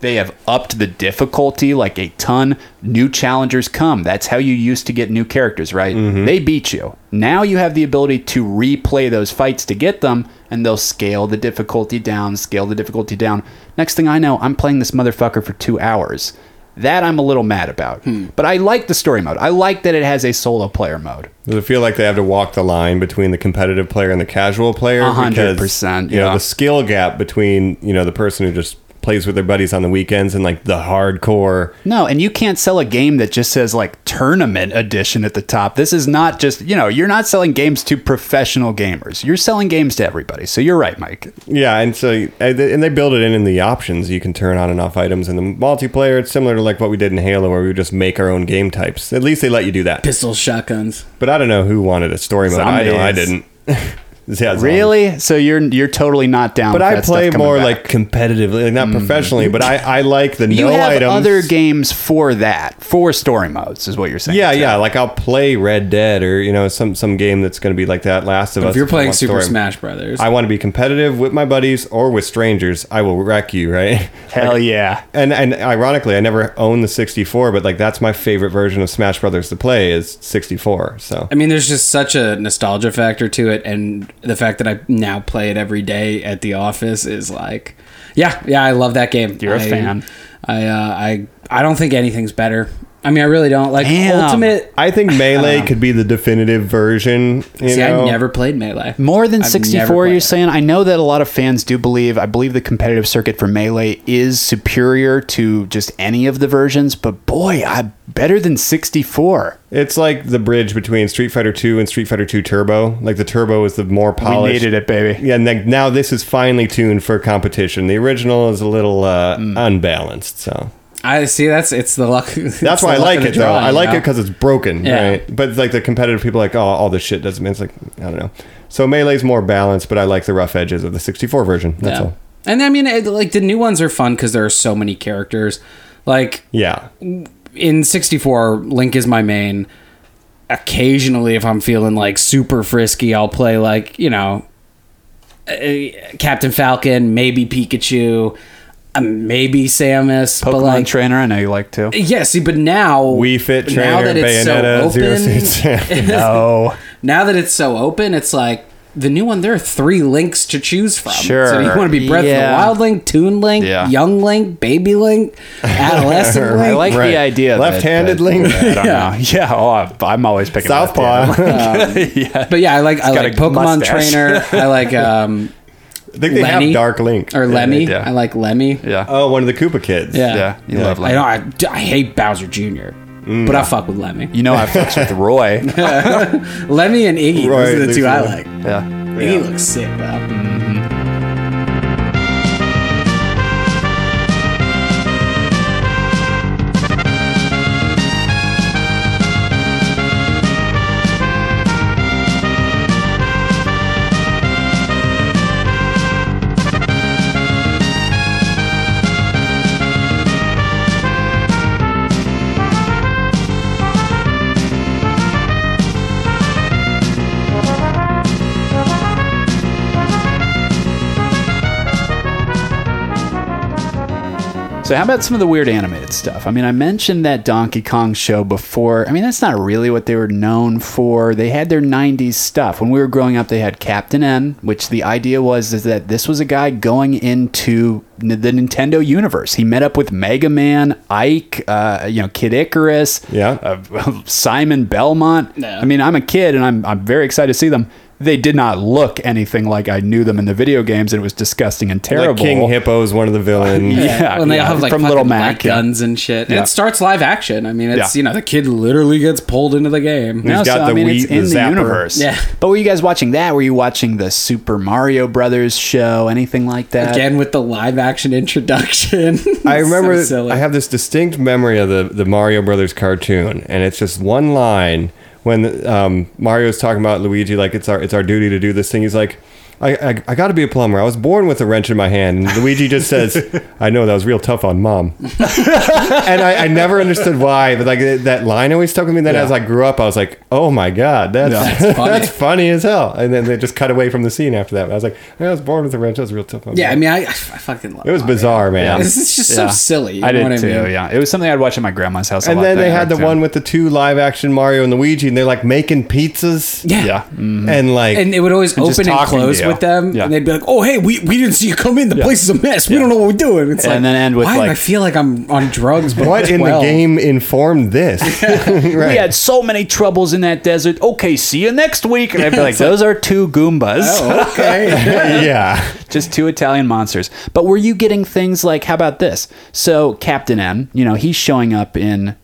they have upped the difficulty like a ton. New challengers come. That's how you used to get new characters, right? They beat you. Now you have the ability to replay those fights to get them, and they'll scale the difficulty down, scale the difficulty down. Next thing I know, I'm playing this motherfucker for two hours. That I'm a little mad about. But I like the story mode. I like that it has a solo player mode. Does it feel like they have to walk the line between the competitive player and the casual player? A hundred Because, percent, You know, yeah. the skill gap between you know the person who just plays with their buddies on the weekends and like the hardcore. No, and you can't sell a game that just says like tournament edition at the top. This is not just, you know, you're not selling games to professional gamers. You're selling games to everybody. So you're right, Mike. Yeah, and so and they and they build it in in the options. You can turn on and off items in the multiplayer. It's similar to like what we did in Halo, where we would just make our own game types. At least they let you do that. Pistols, shotguns. But I don't know who wanted a story mode. I know I Zombies. didn't. Yeah, zombies. Really? So you're you're totally not down. But with I that stuff play coming more back. like competitively, like not professionally. But I, I like the Hmm. you no have items. other games for that for story modes is what you're saying. Yeah, Tim. yeah. Like I'll play Red Dead or you know some some game that's going to be like that. Last of Us. If you're I playing want Super story. Smash Brothers, I want to be competitive with my buddies or with strangers. I will wreck you, right? Hell yeah. And and ironically, I never owned the 64, but like that's my favorite version of Smash Brothers to play is 64. So I mean, there's just such a nostalgia factor to it, and the fact that I now play it every day at the office is like, yeah, yeah, I love that game. You're a a fan. I, uh, I, I don't think anything's better. I mean, I really don't. Like Damn. Ultimate. I think Melee could be the definitive version. You see, know? I never played Melee. More than I've never 64, played you're it. saying? I know that a lot of fans do believe. I believe the competitive circuit for Melee is superior to just any of the versions, but boy, I better than 64. It's like the bridge between Street Fighter 2 and Street Fighter 2 Turbo. Like the Turbo is the more polished. it, baby. Yeah, and then- now this is finely tuned for competition. The original is a little uh, Mm. unbalanced, so I see. That's it's the luck. that's why I like it. though I like it 'cause it because it's broken, Yeah. right? But like the competitive people, are like oh, all this shit doesn't. mean It's like I don't know. So melee's more balanced, but I like the rough edges of the 64 version. That's all. And I mean, it, like the new ones are fun because there are so many characters. Like Yeah, in 64 link is my main occasionally if i'm feeling like super frisky i'll play like you know uh, captain falcon maybe pikachu uh, maybe samus Pokemon but like Trainer, I know you like too. yeah see but now We Fit now Trainer, that it's Bayonetta, so Zero open Suit. Oh, No. now that it's so open it's like the new one there are three links to choose from Sure. so you want to be breath of Yeah. the wild link toon link Yeah. young link baby link adolescent link I like Right. the idea of it, Left-handed but- link. I don't know. Yeah, oh, I'm- I'm always picking Southpaw. left-handed. but yeah i like i got like a pokemon mustache. trainer i like um I think they Lenny. have Dark Link or they Lemmy. do. I like Lemmy. Yeah. Oh, one of the Koopa kids. Yeah. yeah, you love I, Link. know, I, I hate Bowser Jr., but Mm. I fuck with Lemmy. You know I fucks with Roy. Lemmy and Iggy, Right, those are the these two I are- like. Yeah. Iggy looks sick, though. So how about some of the weird animated stuff? I mean, I mentioned that Donkey Kong show before. I mean, that's not really what they were known for. They had their 90s stuff. When we were growing up, they had Captain N, which the idea was is that this was a guy going into n- the Nintendo universe. He met up with Mega Man, Ike, uh, you know, Kid Icarus, Yeah. uh, Simon Belmont. I mean, I'm a kid and I'm I'm very excited to see them. They did not look anything like I knew them in the video games, and it was disgusting and terrible. Like King Hippo is one of the villains. Yeah, When they yeah, all have like from from Little Little Mac, yeah. guns and shit. And Yeah. It starts live action. I mean, it's Yeah. you know the kid literally gets pulled into the game. He's got the Wii- the zapper. Yeah. But were you guys watching that? Were you watching the Super Mario Brothers show? Anything like that? Again with the live action I introduction. So remember silly. I have this distinct memory of the, the Mario Brothers cartoon, and it's just one line when um, Mario's talking about Luigi, like it's our it's our duty to do this thing. He's like, I I, I got to be a plumber. I was born with a wrench in my hand. And Luigi just says, I know that was real tough on mom, and I, I never understood why, but like th- that line always stuck with me. Then as I grew up, I was like, oh my god, that's that's, funny. as hell. And then they just cut away from the scene after that. I was like, I was born with a wrench. That was real tough on. yeah, mom." I mean, I, I fucking love. it was bizarre, man. This is just Yeah. so silly. You I know did what I too. mean? Yeah, it was something I'd watch at my grandma's house. a And lot, then that they had the cartoon. one with the two live action Mario and Luigi, and they're like making pizzas Yeah. Yeah. Mm. and like And it would always just open and talking to close you. Yeah. with them, Yeah. and they'd be like, "Oh, hey, we, we didn't see you come in. The place is a mess. We don't know what we're doing." It's And like, then end with, why do I like- feel like I'm on drugs? But What in well?" the game informed this? right. We had so many troubles in that desert. Okay, see you next week. And I'd be like, those are two Goombas. Oh, okay. yeah. just two Italian monsters. But were you getting things like how about this? So Captain N, you know, he's showing up in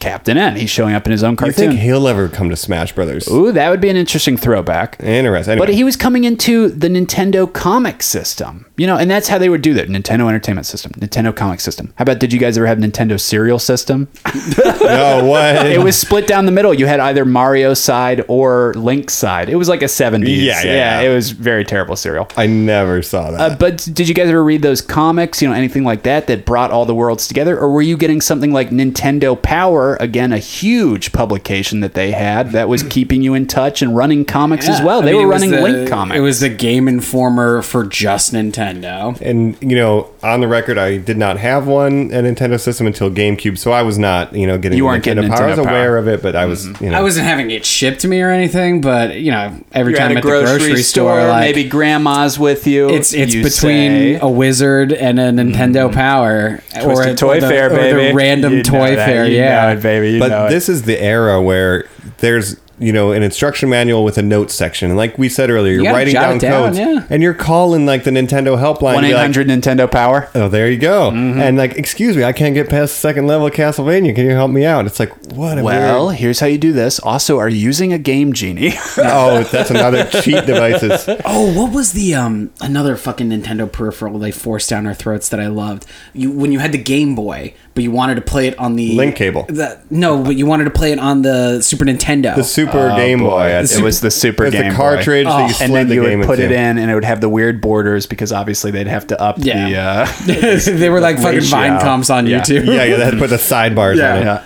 Captain N. He's showing up in his own You think cartoon. he'll ever come to Smash Brothers? Ooh, that would be an interesting throwback. Interesting. Anyway. But he was coming into the Nintendo comic system, you know, and that's how they would do that. Nintendo Entertainment System, Nintendo comic system. How about did you guys ever have Nintendo Serial System? no, what? it was split down the middle. You had either Mario's side or Link's side. It was like a 70s. Yeah, yeah, yeah. It was very terrible serial. I never saw that. Uh, but did you guys ever read those comics, you know, anything like that that brought all the worlds together? Or were you getting something like Nintendo Power, again, a huge publication that they had that was keeping you in touch and running comics as Yeah, well? I They mean, it were was running the- Link comics. It was the Game Informer for just Nintendo. and you know, on the record, I did not have one a Nintendo system until GameCube, so I was not, you know, getting You a weren't getting Power. I was Nintendo Power. Mm-hmm. aware of it, but I was, you know, I wasn't having it shipped to me or anything, but you know, every You're time at a at, the grocery, grocery store, like, maybe grandma's with you. It's it's you between say- Mm-hmm. a wizard and a Nintendo Power Twisted a- Toy the, Fair, or baby. the random You know Toy that. Fair. You yeah, know it, baby. You know but it. this is the era where there's you know an instruction manual with a note section and like we said earlier you're gotta writing jot down, it down, codes yeah. and you're calling like the nintendo helpline one and be eight like, hundred Mm-hmm. Nintendo Power. oh there you go and like excuse me i can't get past second level of castlevania can you help me out it's like what a Well, weird- here's how you do this. Also, are you using a game genie? oh that's another cheat devices Oh, what was the um another fucking Nintendo peripheral they forced down our throats that I loved? You when you had the Game Boy, but you wanted to play it on the Link cable. The, no, but you wanted to play it on the Super Nintendo. the super game boy, Oh, It It's- was the Super it's Game the Boy. cartridge that you slid Oh, and then the you game would put it into. in, and it would have the weird borders because obviously they'd have to up the. Yeah. Uh, they were like fucking Ratio. Vine comps on Yeah. YouTube. yeah yeah they had to put the sidebars Yeah. on it yeah.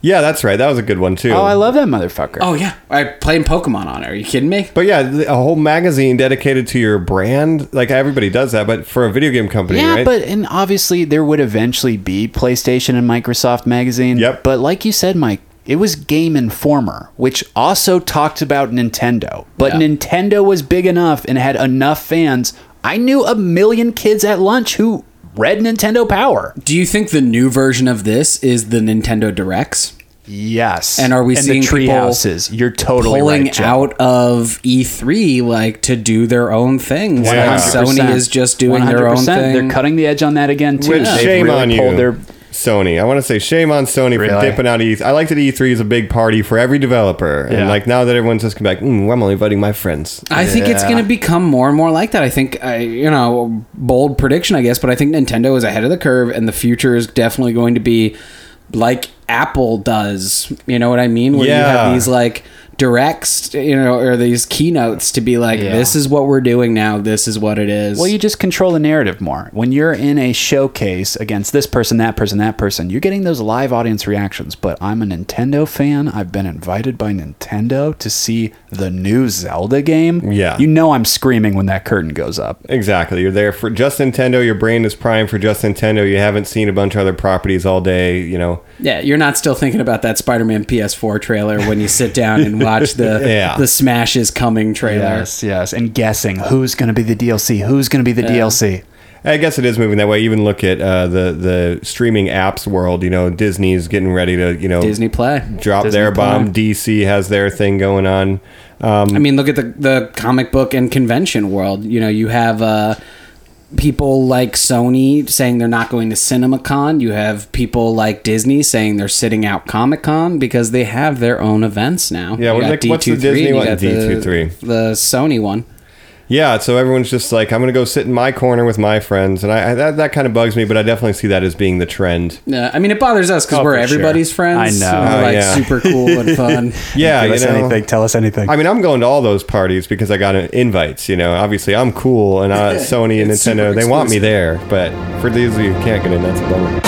yeah that's right that was a good one too Oh, I love that motherfucker. Oh yeah, I playing Pokemon on it. Are you kidding me? But yeah, th- a whole magazine dedicated to your brand. Like everybody does that, but for a video game company, yeah, right? but and obviously there would eventually be PlayStation and Microsoft magazine. Yep. But like you said, Mike, it was Game Informer, which also talked about Nintendo. But Yeah. Nintendo was big enough and had enough fans. I knew a million kids at lunch who read Nintendo Power. Do you think the new version of this is the Nintendo Directs? Yes. And are we seeing the tree people houses? You're totally pulling right, Joe. out of E3 like to do their own thing. Yeah. Yeah. Sony is just doing their own 100%. thing. They're cutting the edge on that again too. Which They've shame really on you, pulled their- Sony. I want to say shame on Sony for Really? dipping out E3. I like that E3 is a big party for every developer, Yeah. and like now that everyone's just back, mm, I'm only inviting my friends. I think it's Yeah. going to become more and more like that. I think, I, you know, bold prediction, I guess, but I think Nintendo is ahead of the curve, and the future is definitely going to be like Apple does. You know what I mean? Where you Yeah. have these like directs, you know, or these keynotes to be like, Yeah. this is what we're doing now. This is what it is. Well, you just control the narrative more. When you're in a showcase against this person, that person, that person, you're getting those live audience reactions. But I'm a Nintendo fan. I've been invited by Nintendo to see the new Zelda game. Yeah. You know I'm screaming when that curtain goes up. Exactly. You're there for just Nintendo. Your brain is primed for just Nintendo. You haven't seen a bunch of other properties all day. You know, yeah, you're not still thinking about that Spider-Man PS4 trailer when you sit down and watch the Yeah. the Smash is coming trailer. Yes, yes. And guessing who's going to be the DLC, who's going to be the DLC. I guess it is moving that way. Even look at uh, the the streaming apps world. You know, Disney's getting ready to you know Disney Play. drop Disney their Prime. bomb. DC has their thing going on. I mean, look at the the comic book and convention world. You know, you have uh, people like Sony saying they're not going to CinemaCon. You have people like Disney saying they're sitting out Comic Con because they have their own events now. Yeah, You what- got like, what's the D23, Disney you one? got the- D23. the Sony one. Yeah, so everyone's just like, I'm gonna go sit in my corner with my friends, and I, I that, that kind of bugs me, but I definitely see that as being the trend. Yeah, I mean, it bothers us because Oh, we're for sure. everybody's friends. I know. We're, Oh, like yeah. super cool and fun. Yeah, Tell us you know, anything. Tell us anything. I mean, I'm going to all those parties because I got uh, invites. You know, obviously I'm cool, and uh, Sony and It's super Nintendo they want me exclusive. there, but for these of you who can't get in, that's a bummer.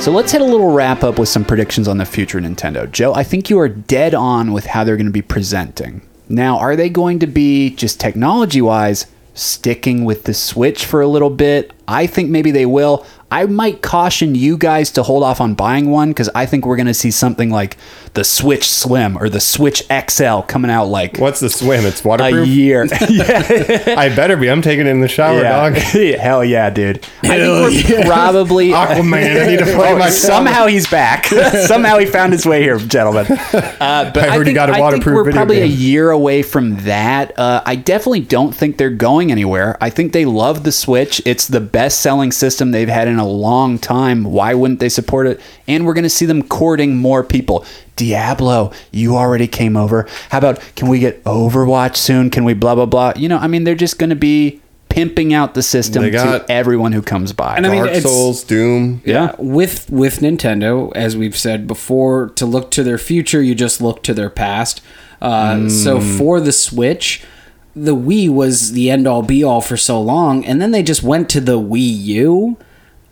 So let's hit a little wrap up with some predictions on the future Nintendo. Joe, I think you are dead on with how they're going to be presenting. Now, are they going to be just technology wise sticking with the Switch for a little bit? I think maybe they will. I might caution you guys to hold off on buying one because I think we're going to see something like the Switch Slim or the Switch XL coming out like What's the swim? Uh, It's a waterproof. year. I better be. I'm taking it in the shower, dog. Yeah, Hell yeah, dude. I think we're probably. Oh, Aquaman. I need to play my Somehow he's back. Somehow he found his way here, gentlemen. Uh, but I heard he got a waterproof we're video probably a game. year away from that. Uh, I definitely don't think they're going anywhere. I think they love the Switch. It's the best selling system they've had in a long time. Why wouldn't they support it? And we're going to see them courting more people. Diablo, you already came over. How about can we get Overwatch soon? Can we blah blah blah? You know, I mean, they're just going to be pimping out the system They got- to everyone who comes by. And I mean, Dark it's- Souls, Doom. yeah. Uh, with with Nintendo, as we've said before, to look to their future, you just look to their past. Uh, So Mm. for the Switch, the Wii was the end all be all for so long, and then they just went to the Wii U.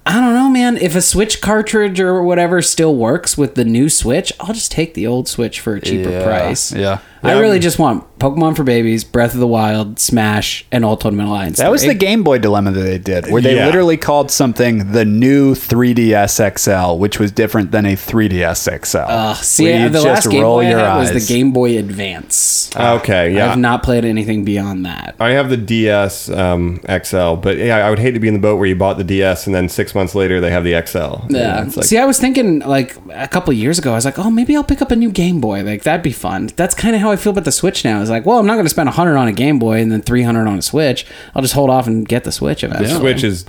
I don't know, man. If a Switch cartridge or whatever still works with the new Switch, I'll just take the old Switch for a cheaper Yeah, price. yeah. I really just want Pokemon for Babies, Breath of the Wild, Smash, and Ultimate Alliance. That was three. the Game Boy dilemma that they did, where they Yeah. literally called something the new 3DS XL, which was different than a 3DS XL. Uh, See, the last Game Boy I had was the Game Boy Advance. Okay, yeah. Ah, I've not played anything beyond that. I have the DS um, XL, but yeah, I would hate to be in the boat where you bought the DS and then six months later they have the XL. Yeah. it's like, Uh, See, I was thinking like a couple years ago, I was like, oh, maybe I'll pick up a new Game Boy. Like that'd be fun. That's kind of how I feel about the Switch now. Is like, well, I'm not going to spend 100 on a Game Boy and then 300 on a Switch. I'll just hold off and get the Switch eventually. Switch is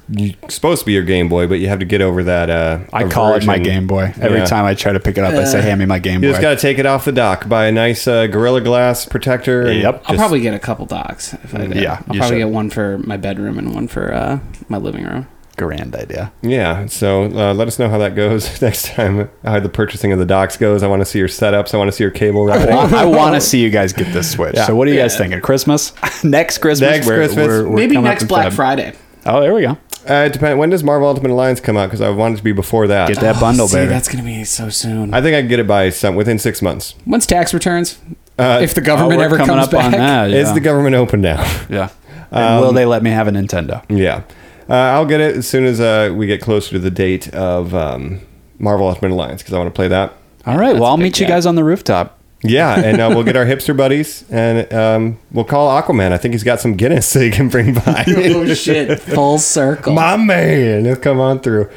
supposed to be your Game Boy, but you have to get over that. Uh, I call it my aversion. Game Boy. Every Yeah. time I try to pick it up, I say, hand me my Game You Boy. just got to take it off the dock, buy a nice uh, Gorilla Glass protector. and Yep. I'll just- probably get a couple docks. If I do. Mm, Yeah, I'll you should. probably get one for my bedroom and one for uh, my living room. Grand idea. Yeah. So uh, let us know how that goes next time. How the purchasing of the docks goes. I want to see your setups. I want to see your cable routing. I want to see you guys get this Switch. So what are you guys thinking? Christmas? next Christmas? Next Christmas. Maybe coming up next in Black Feb. Friday. Oh, there we go. Uh, it depends. When does Marvel Ultimate Alliance come out? Because I want it to be before that. Get that bundle, Oh, See, baby. that's going to be so soon. I think I can get it by some within six months. Once tax returns, Uh, if the Oh, government we're ever coming comes up back, on that. Uh, Yeah. Is the Um, government open now? yeah. And will they let me have a Nintendo? Yeah. Uh, I'll get it as soon as uh, we get closer to the date of um, Marvel Ultimate Alliance because I want to play that. All right. Well, I'll meet you guys on the rooftop. Yeah, and uh, we'll get our hipster buddies and um, we'll call Aquaman. I think he's got some Guinness that he can bring by. oh shit, full circle. My man, he'll come on through.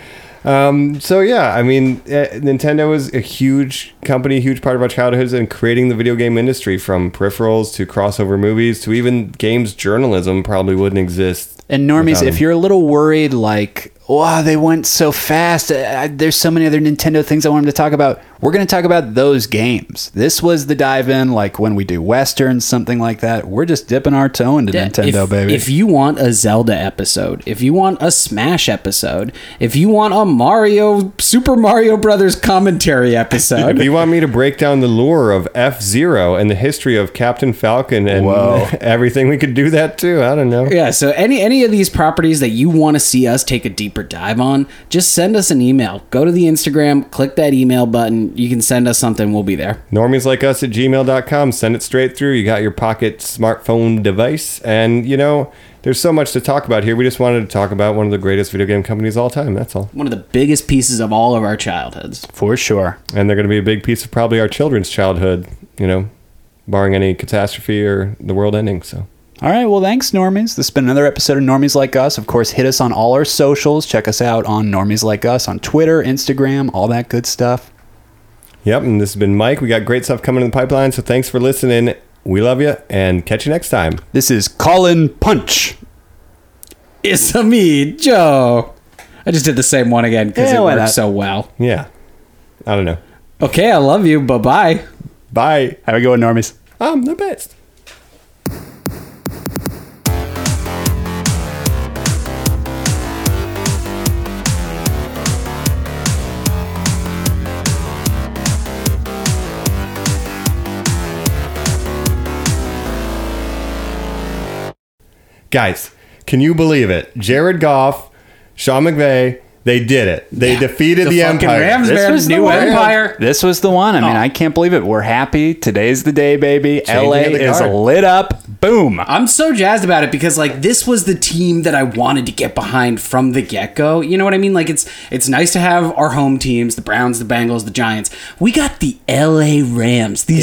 Um, so yeah, I mean, uh, Nintendo is a huge company, huge part of our childhoods, and creating the video game industry from peripherals to crossover movies to even games journalism probably wouldn't exist. And normies, without if him. you're a little worried, like, wow, they went so fast. I, I- there's so many other Nintendo things I want them to talk about. We're going to talk about those games. This was the dive in, like when we do Westerns, something like that. We're just dipping our toe into Yeah, Nintendo, if, baby. If you want a Zelda episode, if you want a Smash episode, if you want a Mario Super Mario Brothers commentary If episode, you want me to break down the lore of F Zero and the history of Captain Falcon and Whoa. everything, we could do that too. I don't know. yeah. So any any of these properties that you want to see us take a deeper dive on, just send us an email. Go to the Instagram, click that email button. You can send us something. We'll be there. Normies like us at gmail.com. Send it straight through. You got your pocket smartphone device. And, you know, there's so much to talk about here. We just wanted to talk about one of the greatest video game companies of all time. That's all. One of the biggest pieces of all of our childhoods. For sure. And they're going to be a big piece of probably our children's childhood, you know, barring any catastrophe or the world ending. So. All right, well, thanks, Normies. This has been another episode of Normies Like Us. Of course, hit us on all our socials. Check us out on Normies Like Us on Twitter, Instagram, all that good stuff. Yep, and this has been Mike. We got great stuff coming in the pipeline, so thanks for listening. We love you, and catch you next time. This is Colin Punch. It's a me, Joe. I just did the same one again because Yeah, it why worked not? so well. Yeah. I don't know. Okay, I love you. Bye bye. Bye. Have a good one, Normies. I'm the best. Guys, can you believe it? Jared Goff, Sean McVay, They did it. They defeated the, fucking Empire. Rams, man. New one. Empire. This was the one. I mean, Oh. I can't believe it. We're happy. Today's the day, baby. Changing LA of the is guard. lit up. Boom. I'm so jazzed about it because like this was the team that I wanted to get behind from the get-go. You know what I mean? Like it's it's nice to have our home teams, the Browns, the Bengals, the Giants. We got the LA Rams, the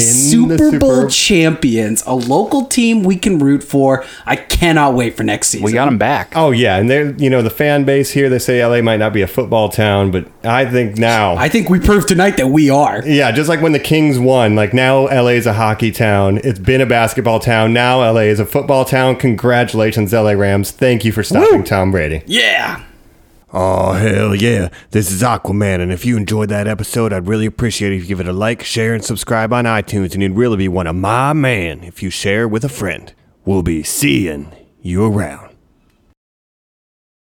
the Super, Super- Bowl champions, a local team we can root for. I cannot wait for next season. We got him back. Oh yeah, and they're you know the fan base here. They say LA might not be a football town, but I think now, I think we proved tonight that we are. yeah, just like when the Kings won, like now LA is a hockey town. It's been a basketball town. Now LA is a football town. Congratulations, LA Rams. Thank you for stopping Tom Brady. Yeah. Oh, hell yeah. This is Aquaman, and if you enjoyed that episode, I'd really appreciate it if you give it a like, share, and subscribe on iTunes, and you'd really be one of my man if you share with a friend. We'll be seeing you around.